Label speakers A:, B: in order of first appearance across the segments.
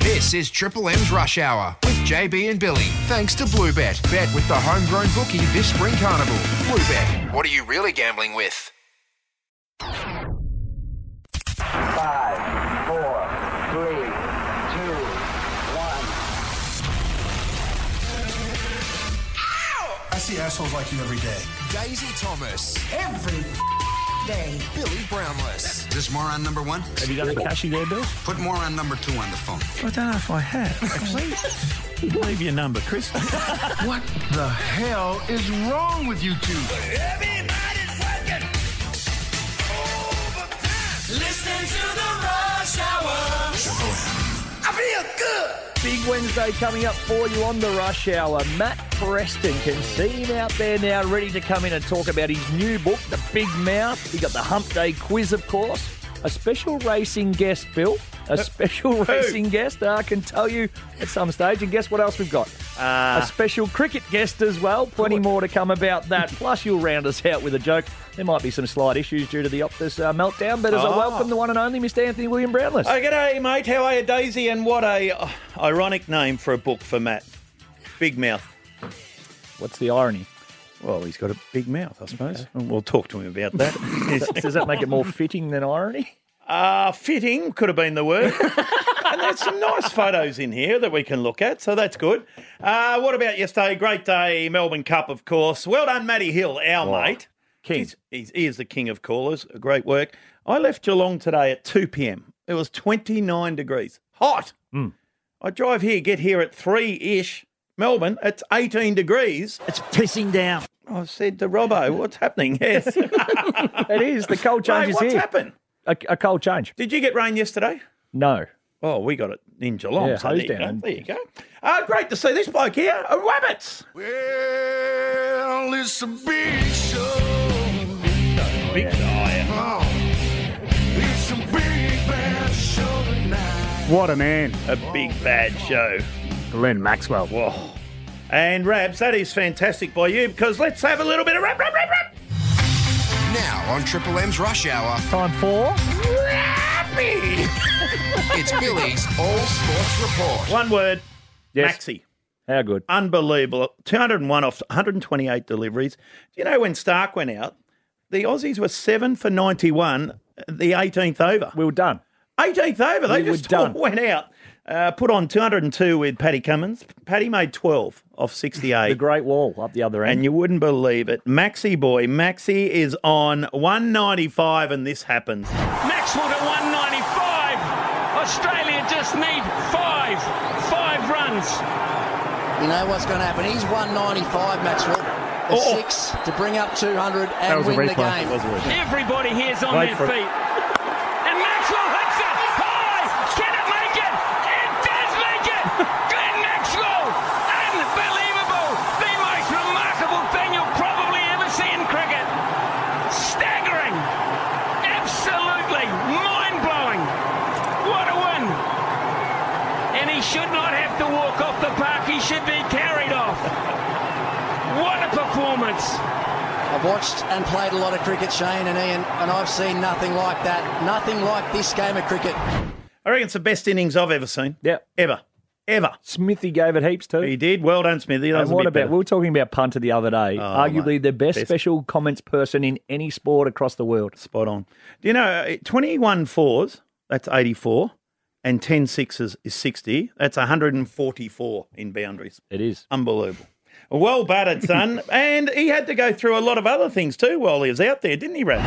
A: This is Triple M's Rush Hour with JB and Billy. Thanks to Bluebet. Bet with the homegrown bookie this spring carnival. Bluebet. What are you really gambling with?
B: Five, four, three, two, one.
C: I see assholes like you every day.
A: Daisy Thomas.
D: every day.
A: Billy Brownless.
E: Is this moron number one?
F: Have you got the cashy there, Bill?
E: Put moron number two on the phone.
F: I don't know if I have. Actually, leave your number, Chris.
G: What the hell is wrong with you two?
H: Big Wednesday coming up for you on the rush hour. Matt Preston can see him out there now, ready to come in and talk about his new book, The Big Mouth. He got the Hump Day quiz, of course. A special racing guest, Bill. A special racing guest, I can tell you at some stage. And guess what else we've got?
F: Ah.
H: a
F: Uh,
H: special cricket guest as well. Plenty more to come about that. Plus, you'll round us out with a joke. There might be some slight issues due to the Optus uh, meltdown, but as I welcome the one and only Mr. Anthony William Brownless.
F: Ah. Oh, g'day, mate. How are you, Daisy? And what a uh, ironic name for a book for Matt. Big mouth.
H: What's the irony?
F: Well, he's got a big mouth, I suppose. And We'll talk to him about that.
H: Does that make it more fitting than irony?
F: uh, fitting could have been the word. and there's some nice photos in here that we can look at, so that's good. Uh, what about yesterday? Great day, Melbourne Cup, of course. Well done, Matty Hill, our mate.
H: King.
F: He's, he's, he is the king of callers. Great work. I left Geelong today at 2 p.m. It was 29 degrees. Hot. I drive here, get here at 3 ish. Melbourne, it's 18 degrees.
I: It's pissing down.
F: I said to Robbo, what's happening? Yes.
H: It is. The cold change
F: Mate,
H: is
F: what's
H: here.
F: happened?
H: A, a cold change.
F: Did you get rain yesterday?
H: No.
F: Oh, we got it in Geelong.
H: Yeah,
F: so
H: hose
F: there, you go.
H: down.
F: there you go. Uh, great to see this bloke here, uh, Rabbits.
G: Well, it's a big show. Oh,
F: Big guy.
G: It's a big bad show tonight.
J: What a man.
F: A big bad show.
J: Glenn Maxwell.
F: Whoa. And Rabs, that is fantastic by you because let's have a little bit of rap, rap, rap, rap.
A: Now on Triple M's Rush Hour,
H: Time for.
A: it's Billy's All Sports Report.
F: One word,
H: Yes.
F: Maxi.
H: How good.
F: Unbelievable. 201 off 128 deliveries. Do you know when Stark went out, the Aussies were 7 for 91 the 18th over.
H: We were done.
F: 18th over. They
H: We were
F: just all
H: done.
F: went out. Uh, put on 202 with Paddy Cummins. Paddy made 12 off
H: The
F: 68.
H: Great Wall up the other end.
F: and you wouldn't believe it. Maxi boy, Maxi is on 195 and this happens.
K: Maxwell at 195. Australia just need five, five runs.
B: You know what's going to happen? He's 195, Maxwell. The
F: Oh.
B: six to bring up 200
J: That
B: and
J: was a
B: win the
J: replay.
B: game.
J: That was a replay.
K: Everybody here's on
F: Wait
K: their
F: for it.
K: feet. And Maxwell hits it high. Can it make it? It does make it. Glenn Maxwell, unbelievable. The most remarkable thing you'll probably ever see in cricket. Staggering. Absolutely mind blowing. What a win. And he should not have to walk off the park. He should be carried off. What a performance.
B: I've watched and played a lot of cricket, Shane and Ian, and I've seen nothing like that. Nothing like this game of cricket.
F: I reckon it's the best innings I've ever seen.
H: Yep.
F: Ever. Ever.
H: Smithy gave it heaps too.
F: He did. Well done, Smithy. That
H: And
F: was a
H: what
F: bit
H: about
F: better. Oh,
H: we were talking about punter the other day? arguably
F: mate.
H: the best,
F: Best.
H: special comments person in any sport across the world.
F: Spot on. Do you know, uh, 21 fours, that's 84, and 10 sixes is 60. That's 144 in boundaries.
H: It is.
F: Unbelievable. Well battered, son. and he had to go through a lot of other things too while he was out there, didn't he, Rad?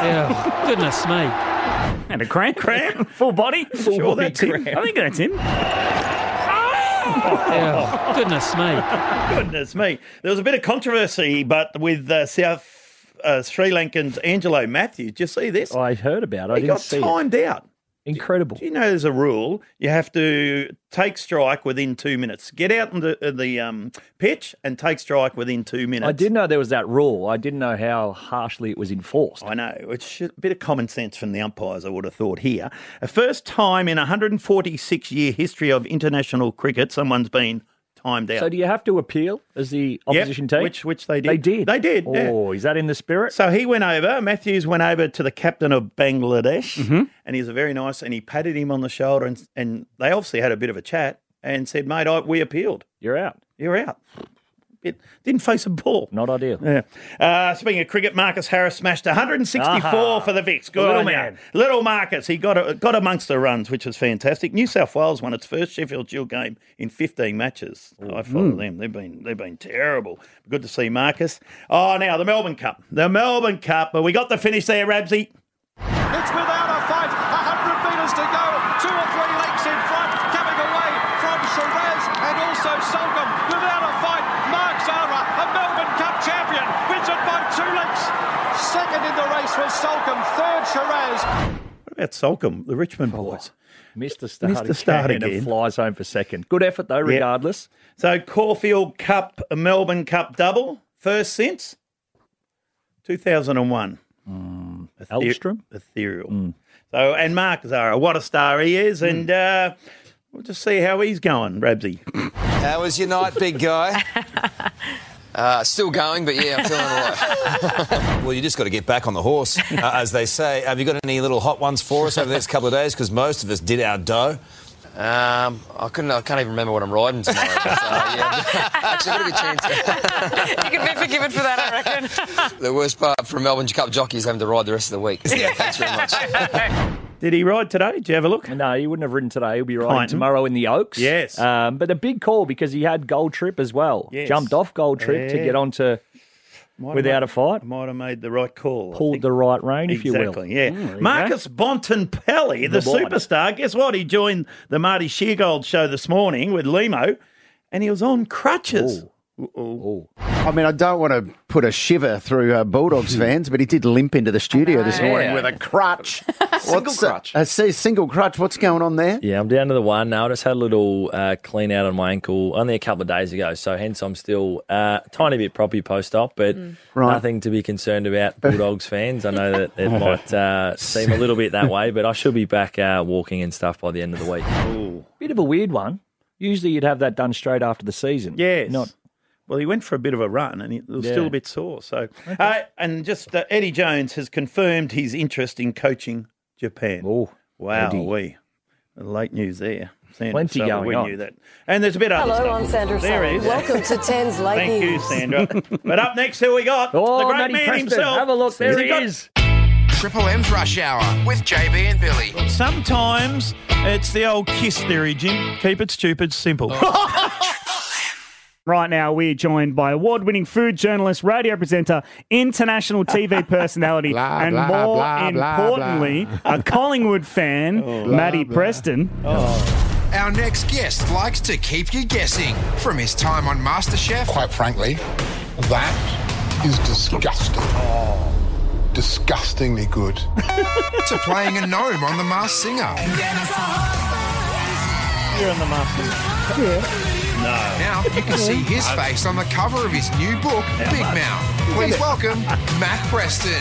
K: Oh, goodness me.
J: And a crank.
F: Cram.
J: Full body. Full
F: Sure, that's him.
J: I think that's him.
K: Oh, goodness me.
F: Goodness me. There was a bit of controversy, but with uh, South uh, Sri Lankan's Angelo Matthews. Did you see this?
H: I heard about. It. I
F: he
H: didn't
F: got
H: see.
F: timed out.
H: it. Incredible.
F: Do you know there's a rule? You have to take strike within two minutes. Get out on the, uh, the um, pitch and take strike within two minutes.
H: I did know there was that rule. I didn't know how harshly it was enforced.
F: I know. It's a bit of common sense from the umpires, I would have thought here. A first time in 146 year history of international cricket, someone's been timed out.
H: So do you have to appeal as the opposition team?
F: which- which they did.
H: They did.
F: They did, yeah.
H: Oh, is that in the spirit?
F: So he went over, Matthews went over to the captain of Bangladesh,
H: Mm-hmm.
F: and he's a very nice, and he patted him on the shoulder, and, and they obviously had a bit of a chat, and said, mate, I, we appealed.
H: You're out.
F: You're out. It didn't face a ball.
H: Not ideal.
F: Yeah. Uh, speaking of cricket, Marcus Harris smashed 164
H: Aha.
F: for the Vics. Good
H: Little
F: on ya.
H: man.
F: Little Marcus. He got got amongst the runs, which was fantastic. New South Wales won its first Sheffield Shield game in 15 matches. I follow them. They've been they've been terrible. Good to see Marcus. Oh, now the Melbourne Cup. The Melbourne Cup. But we got the finish there, Rabsy.
I: It's without a fight. 100 metres to go. Two or three lengths in front. Coming away from Shiraz and also Solgum. Without a fight, Mark Zara, a Melbourne Cup champion, wins it by two lengths. Second in the race was Solcombe, third Shiraz.
F: What about Solcombe, the Richmond
H: Oh,
F: boys?
H: Missed the start,
F: Missed the start
H: again
F: again.
H: and flies home for second. Good effort though, regardless.
F: So Caulfield Cup, Melbourne Cup double, first since 2001. Ether-
H: Elstrom?
F: Ethereal. So, and Mark Zara, what a star he is. And uh, we'll just see how he's going, Rabsy.
L: How was your night, big guy? Uh, still going, but yeah, I'm feeling all right. well, you just got to get back on the horse, uh, as they say. Have you got any little hot ones for us over the next couple of days? Because most of us did our dough. Um, I couldn't. I can't even remember what I'm riding tomorrow. So, yeah. Actually, I've got a good chance.
M: you can be forgiven for that, I reckon.
L: the worst part for Melbourne Cup jockeys is having to ride the rest of the week. So, yeah, thanks very much.
F: Did he ride today? Did you have a look?
H: No, he wouldn't have ridden today. He'll be riding
F: Kyneton.
H: tomorrow in the Oaks.
F: Yes.
H: Um, but a big call because he had Gold Trip as well.
F: Yes.
H: Jumped off Gold Trip to
F: Yeah.
H: get onto
F: Might have
H: without
F: made-
H: a fight.
F: Might have made the right call. I
H: Pulled
F: think.
H: the right rein, if you will.
F: Exactly, yeah.
H: Mm, there you
F: Marcus Bontempelli, the,
H: boy.
F: superstar. Guess what? He joined the Marty Sheargold show this morning with Limo, and he was on crutches.
H: Oh.
N: I mean, I don't want to put a shiver through uh, Bulldogs fans, but he did limp into the studio this morning with a crutch. single crutch. A, s- single crutch. What's going on there?
O: Yeah, I'm down to the one now. I just had a little uh, clean out on my ankle only a couple of days ago, so hence I'm still uh, a tiny bit proppy post op, but
N: Right.
O: nothing to be concerned about. Bulldogs fans, I know that it might uh, seem a little bit that way, but I should be back uh, walking and stuff by the end of the week.
H: Bit of a weird one. Usually you'd have that done straight after the season.
F: Yes.
H: Not
F: Well, he went for a bit of a run and he was
H: Yeah.
F: still a bit sore. So, uh, and just uh, Eddie Jones has confirmed his interest in coaching Japan. Oh, wow,
H: Eddie.
F: we late news there. Sandra
H: Plenty
F: Sullivan,
H: going
F: we
H: on.
F: knew that. And there's a bit other
P: Hello,
F: stuff.
P: I'm Sandra
F: There he
P: Sullivan.
F: is.
P: Welcome to Ten's Late
F: Thank you,
P: News.
F: Sandra. but up next, who we got?
H: Oh,
F: the great
H: Matty
F: man
H: Preston.
F: himself.
H: Have a look. There
F: he
H: he
F: got-
H: is.
A: Triple M's Rush Hour with JB and Billy.
F: Sometimes it's the old kiss theory, Jim. Keep it stupid simple.
H: Oh,
J: Right now, we're joined by award winning food journalist, radio presenter, international TV personality,
Q: Blah,
J: and
Q: blah,
J: more
Q: blah, blah, Oh,
J: importantly, a Collingwood fan, Matty Preston.
A: Our next guest likes to keep you guessing. From his time on MasterChef. Quite frankly, that is disgusting.
C: Disgustingly good.
A: to playing a gnome on The Masked Singer.
F: You're on the master.
A: Now you can see his face on the cover of his new book, Big Mouth. Please welcome Matt Preston.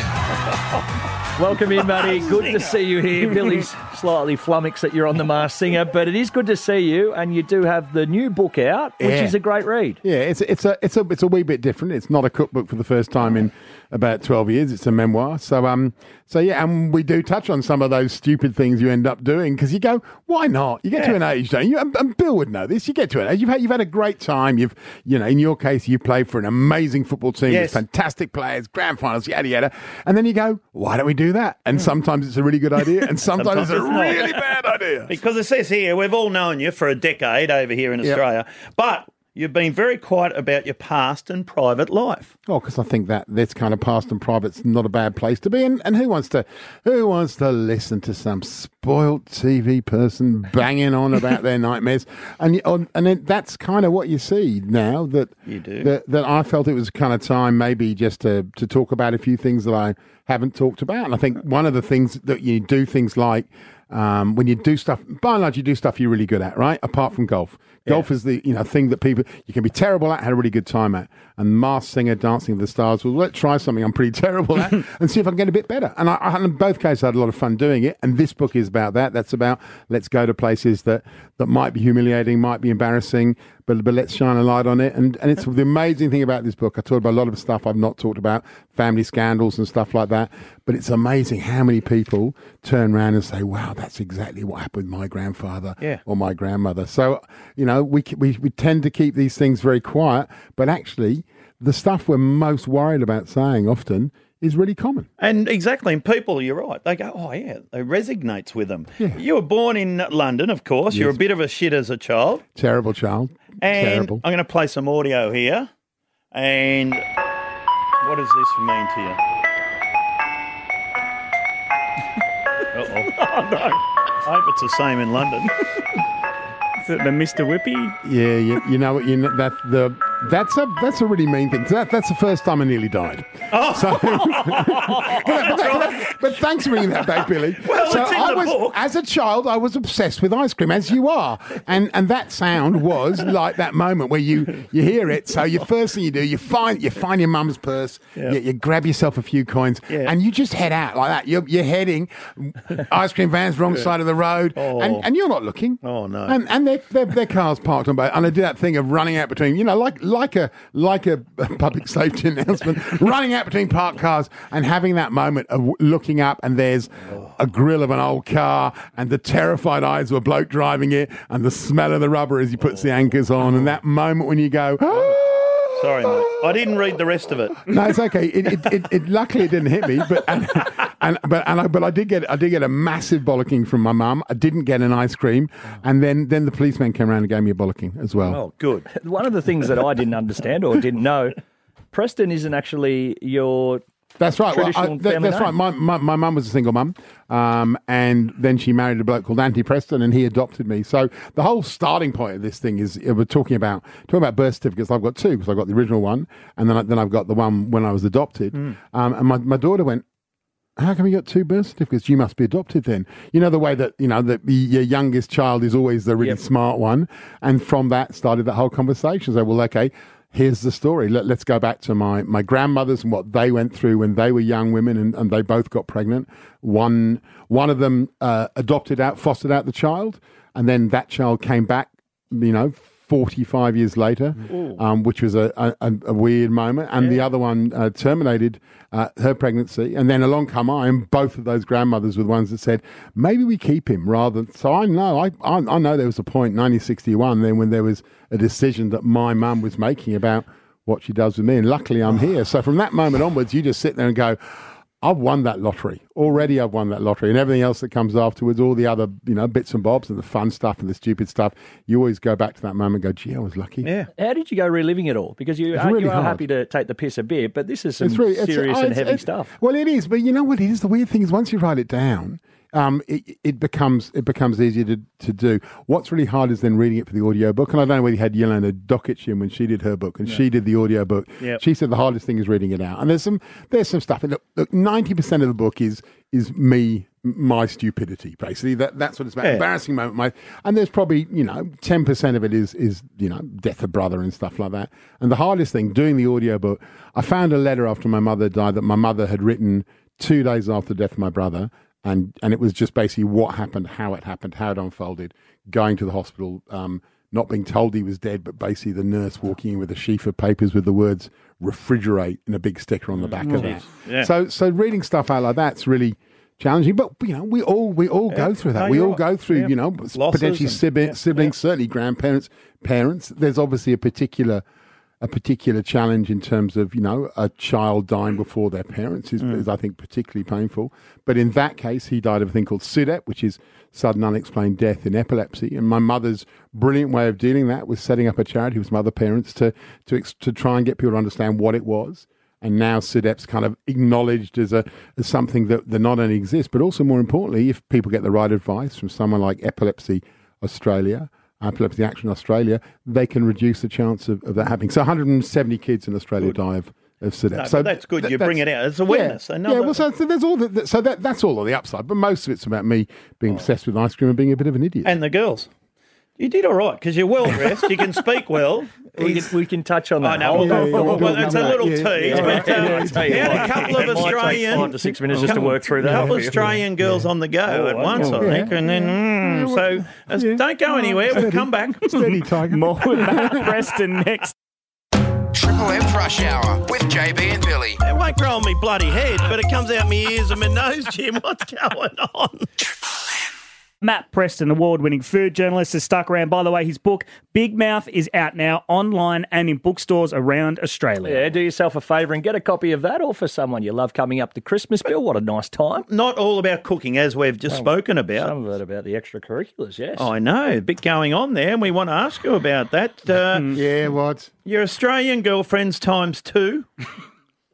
H: Welcome in, Matty. Good to see you here. Billy's slightly flummoxed that you're on the Masked Singer, but it is good to see you. And you do have the new book out, which
Q: Yeah.
H: is a great read.
Q: Yeah, it's it's a it's a it's a wee bit different. It's not a cookbook for the first time in about twelve years. It's a memoir. So um, so yeah, and we do touch on some of those stupid things you end up doing because you go, why not? You get to an age, don't you? And, and Bill would know this. You get to an age. You've had you've had a great time. You've you know, in your case, you played for an amazing football team
F: Yes.
Q: with fantastic players, grand finals, yada yada. And then you go, why don't we do that? And sometimes it's a really good idea, and sometimes, it's a
F: Sometimes it's
Q: really
F: not.
Q: bad idea.
F: Because it says here, we've all known you for a decade over here in
Q: Yep.
F: Australia, but you've been very quiet about your past and private life.
Q: Oh, because I think that this kind of past and private's not a bad place to be. And, and who wants to who wants to listen to some spoilt TV person banging on about their nightmares? And you- on, and then that's kind of what you see now that you do that, that I felt it was kind of time maybe just to to talk about a few things that I haven't talked about. And I think one of the things that you do things like um, when you do stuff, by and large, you do stuff you're really good at, right? Apart from golf. Golf is the you know thing that people you can be terrible at, had a really good time at, and Masked Singer, Dancing with the Stars. Well, let's try something I'm pretty terrible at and see if I can get a bit better. And I, I had- in both cases, I had a lot of fun doing it. And this book is about that. That's about let's go to places that that might be humiliating, might be embarrassing, but, but let's shine a light on it. And, and it's the amazing thing about this book. I talked about a lot of stuff I've not talked about, family scandals and stuff like that. But it's amazing how many people turn around and say, wow, that's exactly what happened with my grandfather
F: Yeah.
Q: or my grandmother. So, you know, we, c- we, we tend to keep these things very quiet, but actually, the stuff we're most worried about saying often is really common.
F: And exactly, and people, you're right. They go, oh yeah, it resonates with them. You were born in London, of course. You're a
Q: Yes.
F: bit of a shit as a child.
Q: Terrible child.
F: And
Q: Terrible.
F: I'm going to play some audio here. And what does this mean to you? oh no! I hope it's the same in London.
J: Is it the Mr. Whippy?
Q: Yeah, you, you know what? You know, that the that's a that's a really mean thing. That that's the first time I nearly died.
F: Oh.
Q: but, but thanks for bringing that back, Billy.
K: Well,
Q: so
K: it's in
Q: I
K: the
Q: was,
K: book.
Q: as a child, I was obsessed with ice cream, as you are, and and that sound was like that moment where you you hear it. So your first thing you do, you find you find your mum's purse, you, you grab yourself a few coins, and you just head out like that. You're, you're heading ice cream vans wrong
F: Yeah.
Q: side of the road, and, and you're not looking.
F: Oh no!
Q: And and their, their their cars parked on both, and I did that thing of running out between, you know, like like a like a public safety announcement, running out between parked cars and having that moment of w- looking up, and there's a grill of an old car, and the terrified eyes of a bloke driving it, and the smell of the rubber as he puts the anchors on, and that moment when you go.
F: Sorry, mate. I didn't read the rest of it.
Q: No, it's okay. It, it, it, it luckily it didn't hit me, but and, and but and I, but I did get I did get a massive bollocking from my mum. I didn't get an ice cream, and then then the policeman came around and gave me a bollocking as well.
H: Oh,
F: good.
H: One of the things that I didn't understand or didn't know, Preston isn't actually your.
Q: That's right. Well, I-
H: Traditional
Q: that-
H: family
Q: that's
H: name.
Q: right. My, my, my mum was a single mum, um, and then she married a bloke called Andy Preston, and he adopted me. So the whole starting point of this thing is uh, we're talking about talking about birth certificates. I've got two because I've got the original one, and then I, then I've got the one when I was adopted.
H: Mm.
Q: Um, and my, my daughter went, how come you got two birth certificates? You must be adopted then. You know the way that you know that the- your youngest child is always the really smart one, and from that started that whole conversation. So well, okay, here's the story. Let, let's go back to my my grandmothers and what they went through when they were young women, and, and they both got pregnant. One one of them uh, adopted out, fostered out the child, and then that child came back. You know. 45 years later, um, which was a, a- a, a weird moment. And the other one uh, terminated uh, her pregnancy. And then along come I, and both of those grandmothers were the ones that said, maybe we keep him rather than. So I know, I, I, I know there was a point, 1961, then when there was a decision that my mum was making about what she does with me. And luckily I'm here. So from that moment onwards, you just sit there and go, I've won that lottery. Already I've won that lottery. And everything else that comes afterwards, all the other, you know, bits and bobs and the fun stuff and the stupid stuff, you always go back to that moment and go, gee, I was lucky.
F: Yeah.
H: How did you go reliving it all? Because you,
Q: It's
H: are,
Q: really
H: you are
Q: hard.
H: happy to take the piss a bit, but this is some
Q: It's really- it's-
H: serious
Q: oh,
H: and
Q: it's-
H: heavy
Q: it's-
H: stuff.
Q: Well, it is, but you know what it is? The weird thing is once you write it down, um, it, it becomes it becomes easier to, to do. What's really hard is then reading it for the audiobook. And I don't know whether you had Yelena Dokitchin when she did her book and she did the audiobook.
F: Yep.
Q: She said the hardest thing is reading it out. And there's some there's some stuff. And look, look, 90% of the book is is me my stupidity basically that that's what it's about
F: Yeah.
Q: embarrassing moment my and there's probably you know 10% of it is is you know death of brother and stuff like that and the hardest thing doing the audiobook i found a letter after my mother died that my mother had written two days after the death of my brother and and it was just basically what happened how it happened how it unfolded going to the hospital um not being told he was dead but basically the nurse walking in with a sheaf of papers with the words refrigerate and a big sticker on the back of
F: Jeez.
Q: it
F: Yeah.
Q: so so reading stuff out like that's really challenging. But you know, we all we all go through that.
F: No,
Q: we
F: you're
Q: all
F: right.
Q: go through
F: Yeah.
Q: you know
F: Losses
Q: potentially
F: and-
Q: sibling, siblings, certainly grandparents, parents. There's obviously a particular a particular challenge in terms of you know a child dying before their parents is, is I think particularly painful. But in that case, he died of a thing called SUDEP, which is sudden unexplained death in epilepsy. And my mother's brilliant way of dealing that was setting up a charity with some other parents to to ex- to try and get people to understand what it was and now SIDEP's kind of acknowledged as a as something that, that not only exists, but also more importantly, if people get the right advice from someone like Epilepsy Australia, Epilepsy Action Australia, they can reduce the chance of, of that happening. So 170 kids in Australia die of, of SIDEP.
F: No,
Q: so
F: but that's good.
Q: th-
F: you bring it
Q: that's-
F: out. It's awareness.
Q: Yeah,
F: Another-
Q: yeah well, so, so there's all the, the- so that, that's all on the upside, but most of it's about me being obsessed with ice cream and being a bit of an idiot.
F: and the Oh. girls. You did all right because you're well dressed. You can speak well.
H: We can, we can touch on that.
F: I know.
H: whole-
F: well, well, it's a little tease,
H: Yeah.
F: but um,
H: Yeah, I tell you
F: we had
H: what.
F: a couple of
H: It might take
F: Australian
H: five to six minutes just to work through that.
F: Couple of Australian girls on the go
H: Oh,
F: at once, I
H: okay.
F: think, and then mm, so that's- don't go anywhere. We'll come back.
Q: Steady, Tiger.
J: More with Matt Preston next.
A: Triple M's Rush Hour with JB and Billy.
F: It won't grow on me bloody head, but it comes out my ears and my nose, Jim. What's going on?
J: Matt Preston, award winning food journalist, has stuck around. By the way, his book, Big Mouth, is out now online and in bookstores around Australia.
H: Yeah, do yourself a favour and get a copy of that, or for someone you love coming up to Christmas. Bill, what a nice time.
Q: Mm.
F: Not all about cooking, as we've
Q: Oh,
F: just spoken about.
H: Some of it about Oh, the extracurriculars, yes.
F: I know, a bit going on there, and we want to ask you about that. Uh,
Q: yeah, what?
F: Your Australian girlfriends times two.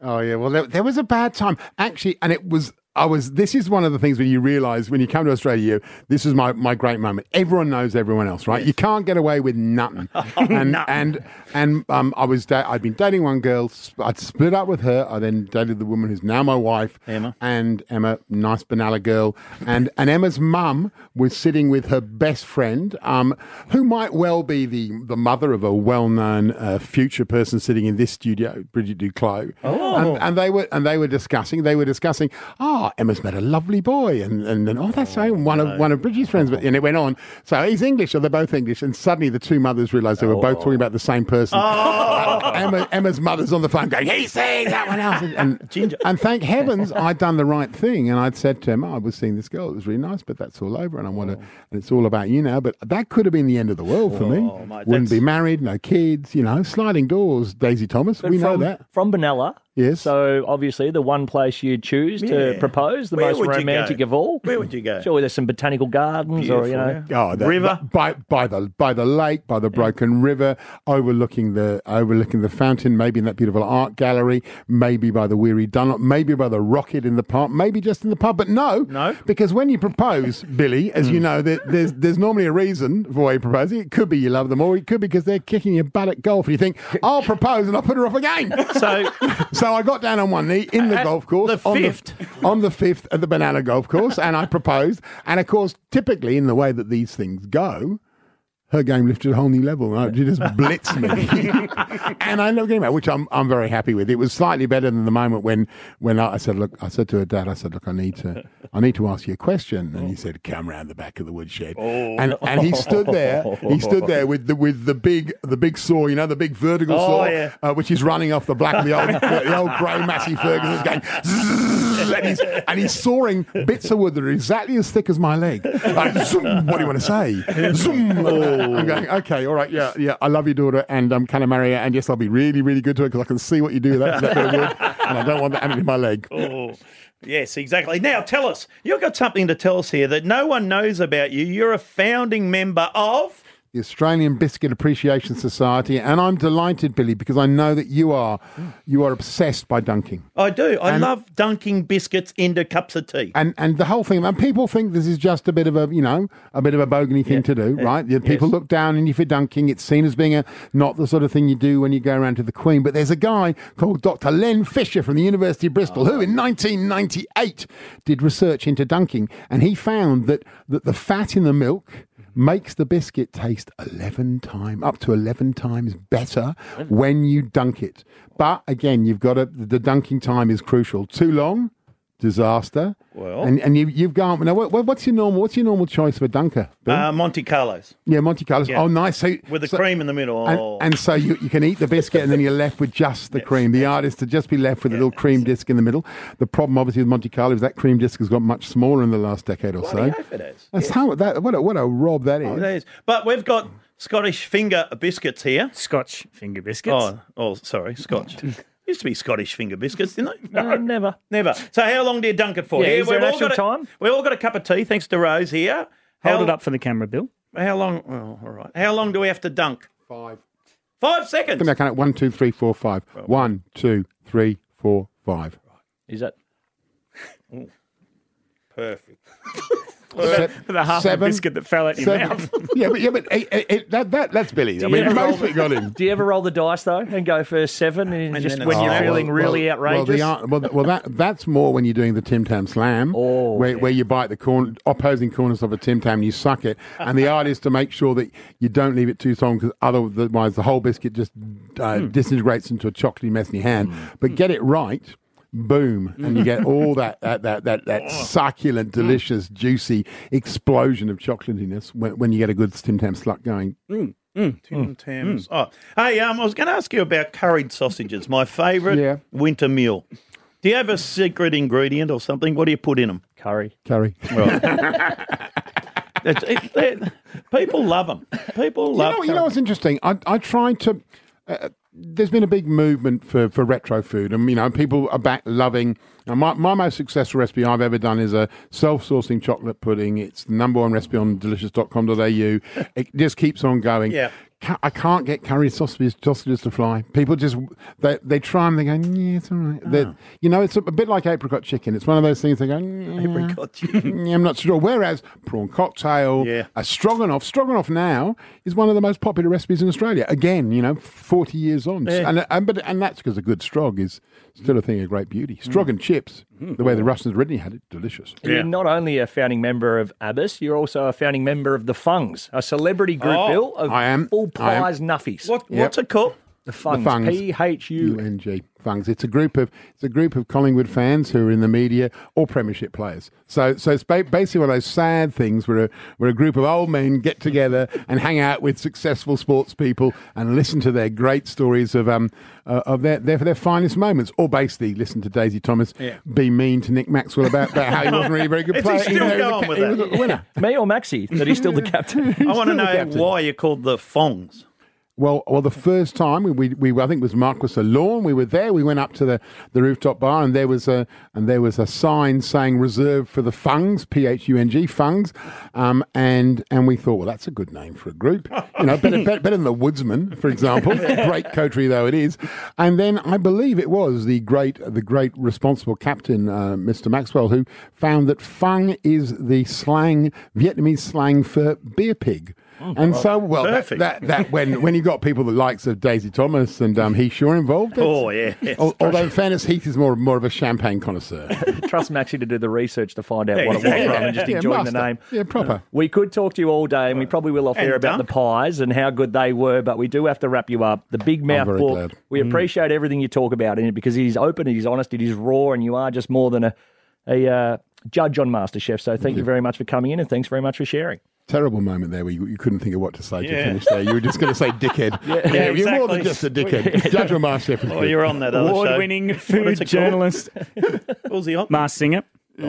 Q: Oh yeah, well there, there was a bad time actually, and it was I was. This is one of the things when you realise when you come to Australia, you, this is my my great moment. Everyone knows everyone else, right? You can't get away with nothing. and, and and um, I was da- I'd been dating one girl. sp- I'd split up with her. I then dated the woman who's now my wife, Emma. And Emma, nice banana girl. And and Emma's mum was sitting with her best friend, um, who might well be the the mother of a well known uh, future person sitting in this studio, Bridget Duclos.
P: Oh.
Q: And, and they were and they were discussing they were discussing ah Emma's met a lovely boy and and, and oh that's right and one of one of Bridget's friends but and it went on so he's English or they're both English and suddenly the two mothers realised they were both talking about the same person.
D: Oh.
Q: Oh. Emma, Emma's mother's on the phone going he's saying that one else and
F: Ginger
Q: and thank heavens I'd done the right thing and I'd said to Emma I was seeing this girl it was really nice but that's all over and I want to and it's all about you now but that could have been the end of the world for me
F: mate,
Q: wouldn't be married no kids you know sliding doors Daisy Thomas
H: But
Q: we
H: from,
Q: know that
H: From Benalla.
Q: Yes.
H: So obviously the one place you'd choose to
Q: Yeah.
H: propose, the
Q: Where
H: most
Q: would you
H: romantic
Q: go?
H: of all.
F: Where would you go?
H: Surely there's some botanical gardens or, you know.
Q: Oh, that- by by the by the lake, by the broken river, overlooking the overlooking the fountain, maybe in that beautiful art gallery, maybe by the weary Dunlop, maybe by the rocket in the park, maybe just in the pub. But no, no, because when you propose, Billy, as you know, there, there's there's normally a reason for why you propose. It could be you love them, or it could be because they're kicking your butt at golf, and you think I'll propose and I'll put her off again.
F: So
Q: so I got down on one knee in the
F: At
Q: golf course
F: the
Q: on the-
F: fifth.
Q: on the fifth at the banana golf course, and I proposed. And of course, typically in the way that these things go, her game lifted a whole new level. Right? She just blitzed me, and I ended up getting that, which I'm I'm very happy with. It was slightly better than the moment when when I, I said, look, I said to her dad, I said, look, I need to I need to ask you a question, and he said, come round the back of the woodshed,
A: Oh.
Q: and and he stood there, he stood there with the with the big the big saw, you know, the big vertical
F: Oh,
Q: saw,
F: yeah.
Q: uh, which is running off the black of the old the old grey Massey Ferguson's going. "Zzzz," And he's, and he's sawing bits of wood that are exactly as thick as my leg. Like, zoom, what do you want to say? Zoom.
F: Oh.
Q: I'm going, okay, all right, yeah, yeah. I love your daughter and um, can I marry her? And yes, I'll be really, really good to her because I can see what you do with that, that bit of wood. And I don't want that happening to my leg.
F: Oh, yes, exactly. Now tell us, you've got something to tell us here that no one knows about you. You're a founding member of.
Q: the Australian Biscuit Appreciation Society, and I'm delighted, Billy, because I know that you are you are obsessed by dunking.
F: I do. I
Q: And-
F: love dunking biscuits into cups of tea.
Q: And and the whole thing, and people think this is just a bit of a you know a bit of a bogany thing to do,
F: yeah,
Q: right? The People
F: yes.
Q: look down, and if you're dunking, it's seen as being a not the sort of thing you do when you go around to the Queen. But there's a guy called Dr. Len Fisher from the University of Bristol
F: Oh.
Q: who, in 1998, did research into dunking, and he found that that the fat in the milk. Makes the biscuit taste 11 times, up to 11 times better when you dunk it. But again, you've got to, the dunking time is crucial. Too long, disaster.
F: Well.
Q: and and you, you've gone now. What, what- what's your normal? What's your normal choice for dunker? Bill?
F: Uh, Monte Carlos
Q: yeah, Monte Carlo.
F: yeah.
Q: Oh, nice. So,
F: with the
Q: so-
F: cream in the middle.
Q: and,
F: Oh.
Q: and so you, you can eat the biscuit, and then you're left with just the cream. The artist to just be left with a little cream disc in the middle. The problem, obviously, with Monte Carlo is that cream disc has got much smaller in the last decade or so.
F: oath it is.
Q: That's how that. What a, what a rob that is.
F: Oh, that is. But we've got Scottish finger biscuits here.
J: Scotch finger biscuits.
F: Oh, oh sorry, Scotch. Used to be Scottish finger biscuits, didn't they?
H: No, never.
F: Never. So how long do you dunk it for?
J: Yeah,
F: Here,
J: is there
F: we've
J: an
F: all got
J: actual
F: a- We've all got a cup of tea, thanks to Rose here.
J: Hold
F: How-
J: it up for the camera, Bill.
F: How long? Oh, all right. How long do we have to dunk?
Q: Five.
F: Five seconds.
Q: Come back on it. One, two, three, four, five. One, two, three, four, five.
H: Is that
F: Perfect.
J: Well, the- the half a biscuit that fell out your mouth.
Q: yeah, but yeah, but eh, eh, eh, that, that that's Billy. I mean, most people got him.
H: Do you ever roll the dice though and go for seven, and, just
Q: then
H: when
Q: it's
H: you're
Q: not.
H: feeling
Q: Well,
H: really
Q: well,
H: outrageous?
Q: Well, the uh, ar- well, th- well, that that's more when you're doing the Tim Tam Slam,
H: Oh,
Q: where, where you bite the corn, opposing corners of a Tim Tam, you suck it, and the art is to make sure that you don't leave it too long because otherwise the whole biscuit just uh,
H: Hmm.
Q: disintegrates into a chocolatey mess in your hand. But get it right. Boom, and you get all that that that that, that
H: Oh.
Q: succulent,
H: Hmm.
Q: delicious, juicy explosion of chocolatiness when, when you get a good Tim Tam slut going.
F: Mm, mm, Tim Tams. Oh, hey, um, I was going to ask you about curried sausages, my favourite winter meal. Do you have a secret ingredient or something? What do you put in them?
H: Curry.
Q: Curry.
F: It's- it- it- people love them. People
Q: You
F: love.
Q: know, you know what's interesting? I, I tried to. Uh, there's been a big movement for, for retro food, and you know, people are back loving. And my, my most successful recipe I've ever done is a self sourcing chocolate pudding. It's the number one recipe on delicious.com.au. It just keeps on going.
F: Yeah.
Q: Ca- I can't get curry sausages, sausages to fly. People just they, they try them. They go, yeah, it's all right. They- You know, it's a, a bit like apricot chicken. It's one of those things. They go, apricot chicken. I'm not sure. Whereas prawn cocktail, a stroganoff. Stroganoff now is one of the most popular recipes in Australia. Again, you know, 40 years on,
F: Yeah.
Q: and, and but and that's because a good strog is still a thing of great beauty. Strog and chips, the way the Russians originally had it, delicious.
H: You're not only a founding member of Abbas, you're also a founding member of the Fungs, a celebrity group,
Q: Oh,
H: Bill, of
Q: I am.
H: all
Q: I am.
H: pies nuffies. What,
Q: Yep. what's it called?
H: The
Q: The
H: Fungs.
Q: Fungs.
H: P E H U.
Q: UNG Fungs. It's a group of it's a group of Collingwood fans who are in the media or Premiership players. So so it's ba- basically one of those sad things where a, where a group of old men get together and hang out with successful sports people and listen to their great stories of um uh, of their, their their finest moments, or basically listen to Daisy Thomas
H: Yeah.
Q: be mean to Nick Maxwell about, about how he wasn't really a very good
F: Is he
Q: player.
F: still
Q: even though was a
F: going
Q: ca-
F: with
Q: he
F: that?
Q: was a winner.
H: Me or Maxi? That he's still the captain.
F: I want to
Q: Still the
F: know
Q: captain.
F: why you're called the Fongs.
Q: Well, well, the first time we, we, we I think it was Marquis of Lawn. We were there. We went up to the, the rooftop bar, and there was a and there was a sign saying reserved for the Fungs, P H U N G Fungs, um, and and we thought, well, that's a good name for a group, you know, better better, better than the Woodsman, for example. great coterie though it is. And then I believe it was the great the great responsible captain, uh, Mr Maxwell, who found that Fung is the slang Vietnamese slang for beer pig. And so, well, that,
F: Perfect.
Q: that, that when when you got people the likes of Daisy Thomas and um, Heath Shaw involved. it's-
F: Oh, yeah.
Q: al- although, in fairness, Heath is more more of a champagne connoisseur.
H: Trust Maxi to do the research to find out
Q: Yeah,
H: what it was
Q: exactly.
H: rather than just
Q: Yeah,
H: enjoying the
Q: master.
H: name.
Q: Yeah, proper.
H: We could talk to you all day, and we probably will off
Q: And
H: air about the pies and how good they were, but we do have to wrap you up. The Big Mouth
Q: very
H: book.
Q: glad.
H: We appreciate everything you talk about in it because it is open, it is honest, it is raw, and you are just more than a, a uh, judge on MasterChef. So thank you very much for coming in, and thanks very much for sharing.
Q: Terrible moment there where you, you couldn't think of what to say to
H: Yeah.
Q: finish there. You were just going to say dickhead.
H: Yeah,
Q: you're more
F: exactly.
Q: than just a dickhead. Judge or master.
F: Oh, you're on that other show.
J: Award-winning
F: What is it
J: food
F: called?
J: journalist,
F: What was he on? Oh.
J: Mars Singer.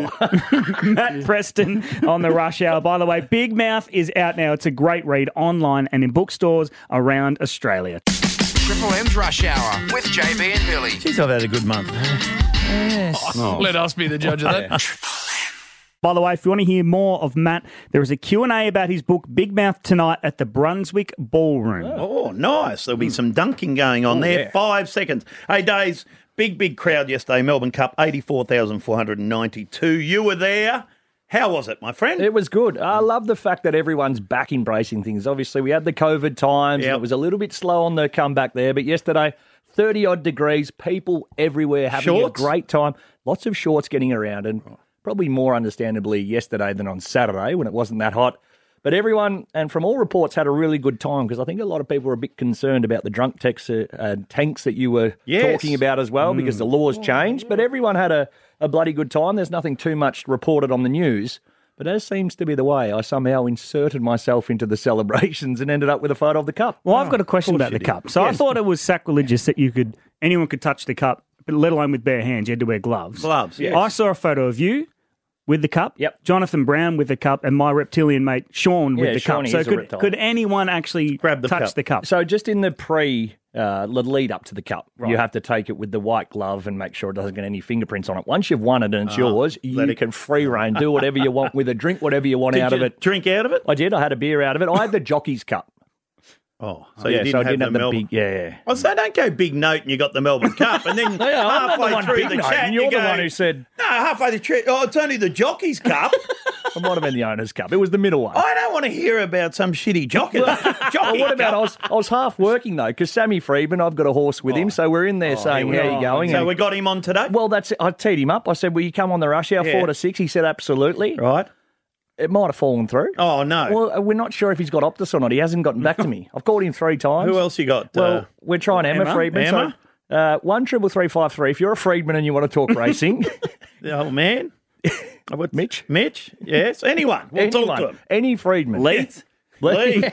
J: Matt Preston on the rush hour. By the way, Big Mouth is out now. It's a great read online and in bookstores around Australia.
A: Triple M's Rush Hour with JB and Billy.
F: Jeez, I've had a good month. Oh.
P: Let us be the judge of that.
J: Oh. By the way, if you want to hear more of Matt, there is a Q&A about his book Big Mouth tonight at the Brunswick Ballroom.
F: Oh, nice.
Q: Mm.
F: There'll be some dunking going on
J: Oh,
F: there.
J: yeah.
F: Five seconds. Hey, Days, big, big crowd yesterday. Melbourne Cup, 84,492. You were there. How was it, my friend?
H: It was good. I love the fact that everyone's back embracing things. Obviously, we had the COVID times. and it was a little bit slow on the comeback there, but yesterday, 30 odd degrees, people everywhere having
F: Shorts?
H: a great time. Lots of shorts getting around, and probably more understandably yesterday than on Saturday when it wasn't that hot. But everyone, and from all reports, had a really good time because I think a lot of people were a bit concerned about the drunk techs, uh, uh, tanks that you were
F: Yes.
H: talking about as well because
J: Mm.
H: the laws changed. But everyone had a, a bloody good time. There's nothing too much reported on the news. But as seems to be the way, I somehow inserted myself into the celebrations and ended up with a photo of the cup.
J: Well, I've got a question about the cup. So I
H: Yes.
J: thought it was sacrilegious that you could anyone could touch the cup, but let alone with bare hands, you had to wear gloves.
F: Gloves, yes.
J: I saw a photo of you with the cup. Yep. Jonathan Brown with the cup, and my reptilian mate Sean with
H: Yeah,
J: the
H: Shaun
J: cup. So
H: is a
J: could
H: reptile.
J: could anyone actually grab touch the cup?
H: So just in the pre uh, the lead up to the cup, you
J: Right.
H: have to take it with the white glove and make sure it doesn't get any fingerprints on it. Once you've won it and it's
F: Ah,
H: yours,
F: let
H: you
F: it-
H: can free reign, do whatever you want with it, drink whatever you want
F: Did
H: out of
F: you
H: it.
F: Drink out of it?
H: I did. I had a beer out of it. I had the jockey's cup.
F: Oh,
J: Oh,
F: so you
J: yeah,
F: didn't
J: so I
F: have
J: didn't
F: the
J: have the
F: Melbourne.
J: big- yeah, yeah.
F: Oh, so don't go big note and you got the Melbourne Cup, and then
J: Yeah, I'm not the
F: halfway
J: one
F: through
J: big
F: the
J: note,
F: chat,
J: and you're
F: you
J: the
F: go,
J: one who said
F: no. Halfway the trip, oh, it's only the Jockey's Cup.
J: it might have been the owner's cup. It was the middle one.
F: I don't want to hear about some shitty jockey.
H: Well,
F: jockey
H: what about I
F: Cup.
H: was, I was half working though because Sammy Friedman, I've got a horse with him, so we're in there saying,
F: Oh. here
H: "How
F: we
H: you
F: are.
H: going?"
F: So we got him on today.
H: Well, that's it. I teed him up. I said, "Will you come on the rush hour
F: Yeah.
H: four to six? He said, "Absolutely."
F: Right.
H: It might have fallen through.
F: Oh no.
H: Well, uh, we're not sure if he's got Optus or not. He hasn't gotten back to me. I've called him three times.
F: Who else you got?
H: Well,
F: Uh,
H: we're trying Emma,
F: Emma?
H: Friedman. so,
F: Emma?
H: uh, one triple three five three. If you're a Friedman and you want to talk racing,
F: the old Oh, man, I would Mitch, Mitch, yes, anyone, we'll talk to
H: Anyone.
F: him.
H: Any Friedman,
F: Leeds,
H: Leeds.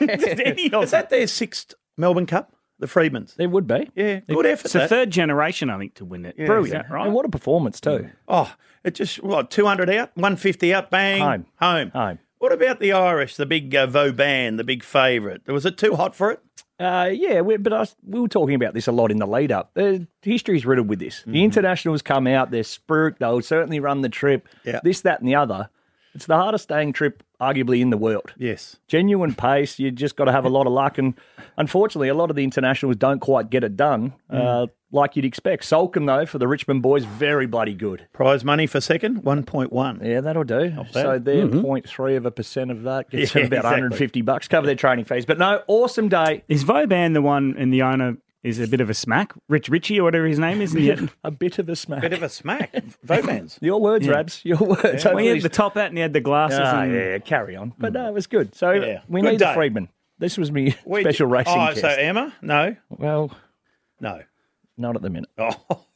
F: Leeds, is that their sixth Melbourne Cup? The Freedmans.
H: It would be.
F: Yeah, good effort.
J: It's the
F: that.
J: third generation, I think, to win it.
F: Yeah.
J: Brilliant,
F: Is that
J: right?
H: And what a performance too.
F: Oh, it just what two hundred out, one fifty up, bang,
H: Home.
F: home,
H: home.
F: What about the Irish, the big uh, Vauban, the big favourite? Was it too hot for it?
H: Uh, yeah, we, but I, we were talking about this a lot in the lead up. Uh, history's riddled with this.
F: Mm-hmm.
H: The internationals come out, they're spooked, they'll certainly run the trip, this, that, and the other. It's the hardest staying trip, arguably, in the world.
F: Yes.
H: Genuine pace, you just got to have a lot of luck. And unfortunately, a lot of the internationals don't quite get it done
F: Mm.
H: uh, like you'd expect. Sulcombe, though, for the Richmond boys, very bloody good.
F: Prize money for second, one point one. Mm-hmm.
H: Yeah, that'll do. So they're 0.3 of a percent of that, gets them about 150 bucks, cover their training fees. But no, awesome day.
J: Is Vauban the one and the owner is a bit of a smack? Rich Ritchie or whatever his name is, isn't it?
H: a bit of a smack.
F: Bit of a smack. Vauban's.
H: Your words,
J: Yeah.
H: Rabs. Your words.
J: Well, he had the top hat and he had the glasses.
H: Ah,
J: and...
H: yeah, yeah, carry on. But no, it was good. So
J: Yeah.
H: we
J: Good
H: need
J: day.
H: a Friedman. This was me special racing
F: Oh,
H: test.
F: so Emma? No.
H: Well,
F: no,
H: not at the minute.
F: Oh.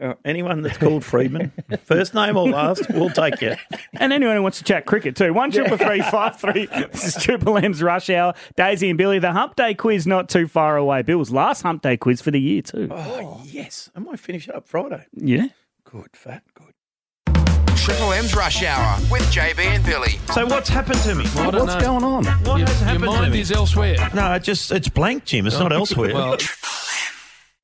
F: Uh, Anyone that's called Friedman, first name or last, we'll take you.
J: And anyone who wants to chat cricket too, one triple three five three. This is Triple M's Rush Hour. Daisy and Billy, the Hump Day quiz not too far away. Bill's last Hump Day quiz for the year too.
F: Oh, yes. I might finish it up Friday.
J: Yeah.
F: Good, fat, good.
A: Triple M's Rush Hour with JB and Billy.
F: So what's happened to me?
A: I don't What's know. going on?
F: What
A: Your-
F: has
A: your
F: happened to
A: mind
F: me?
A: is
F: elsewhere. No, it just it's blank, Jim. It's not elsewhere.
H: Well-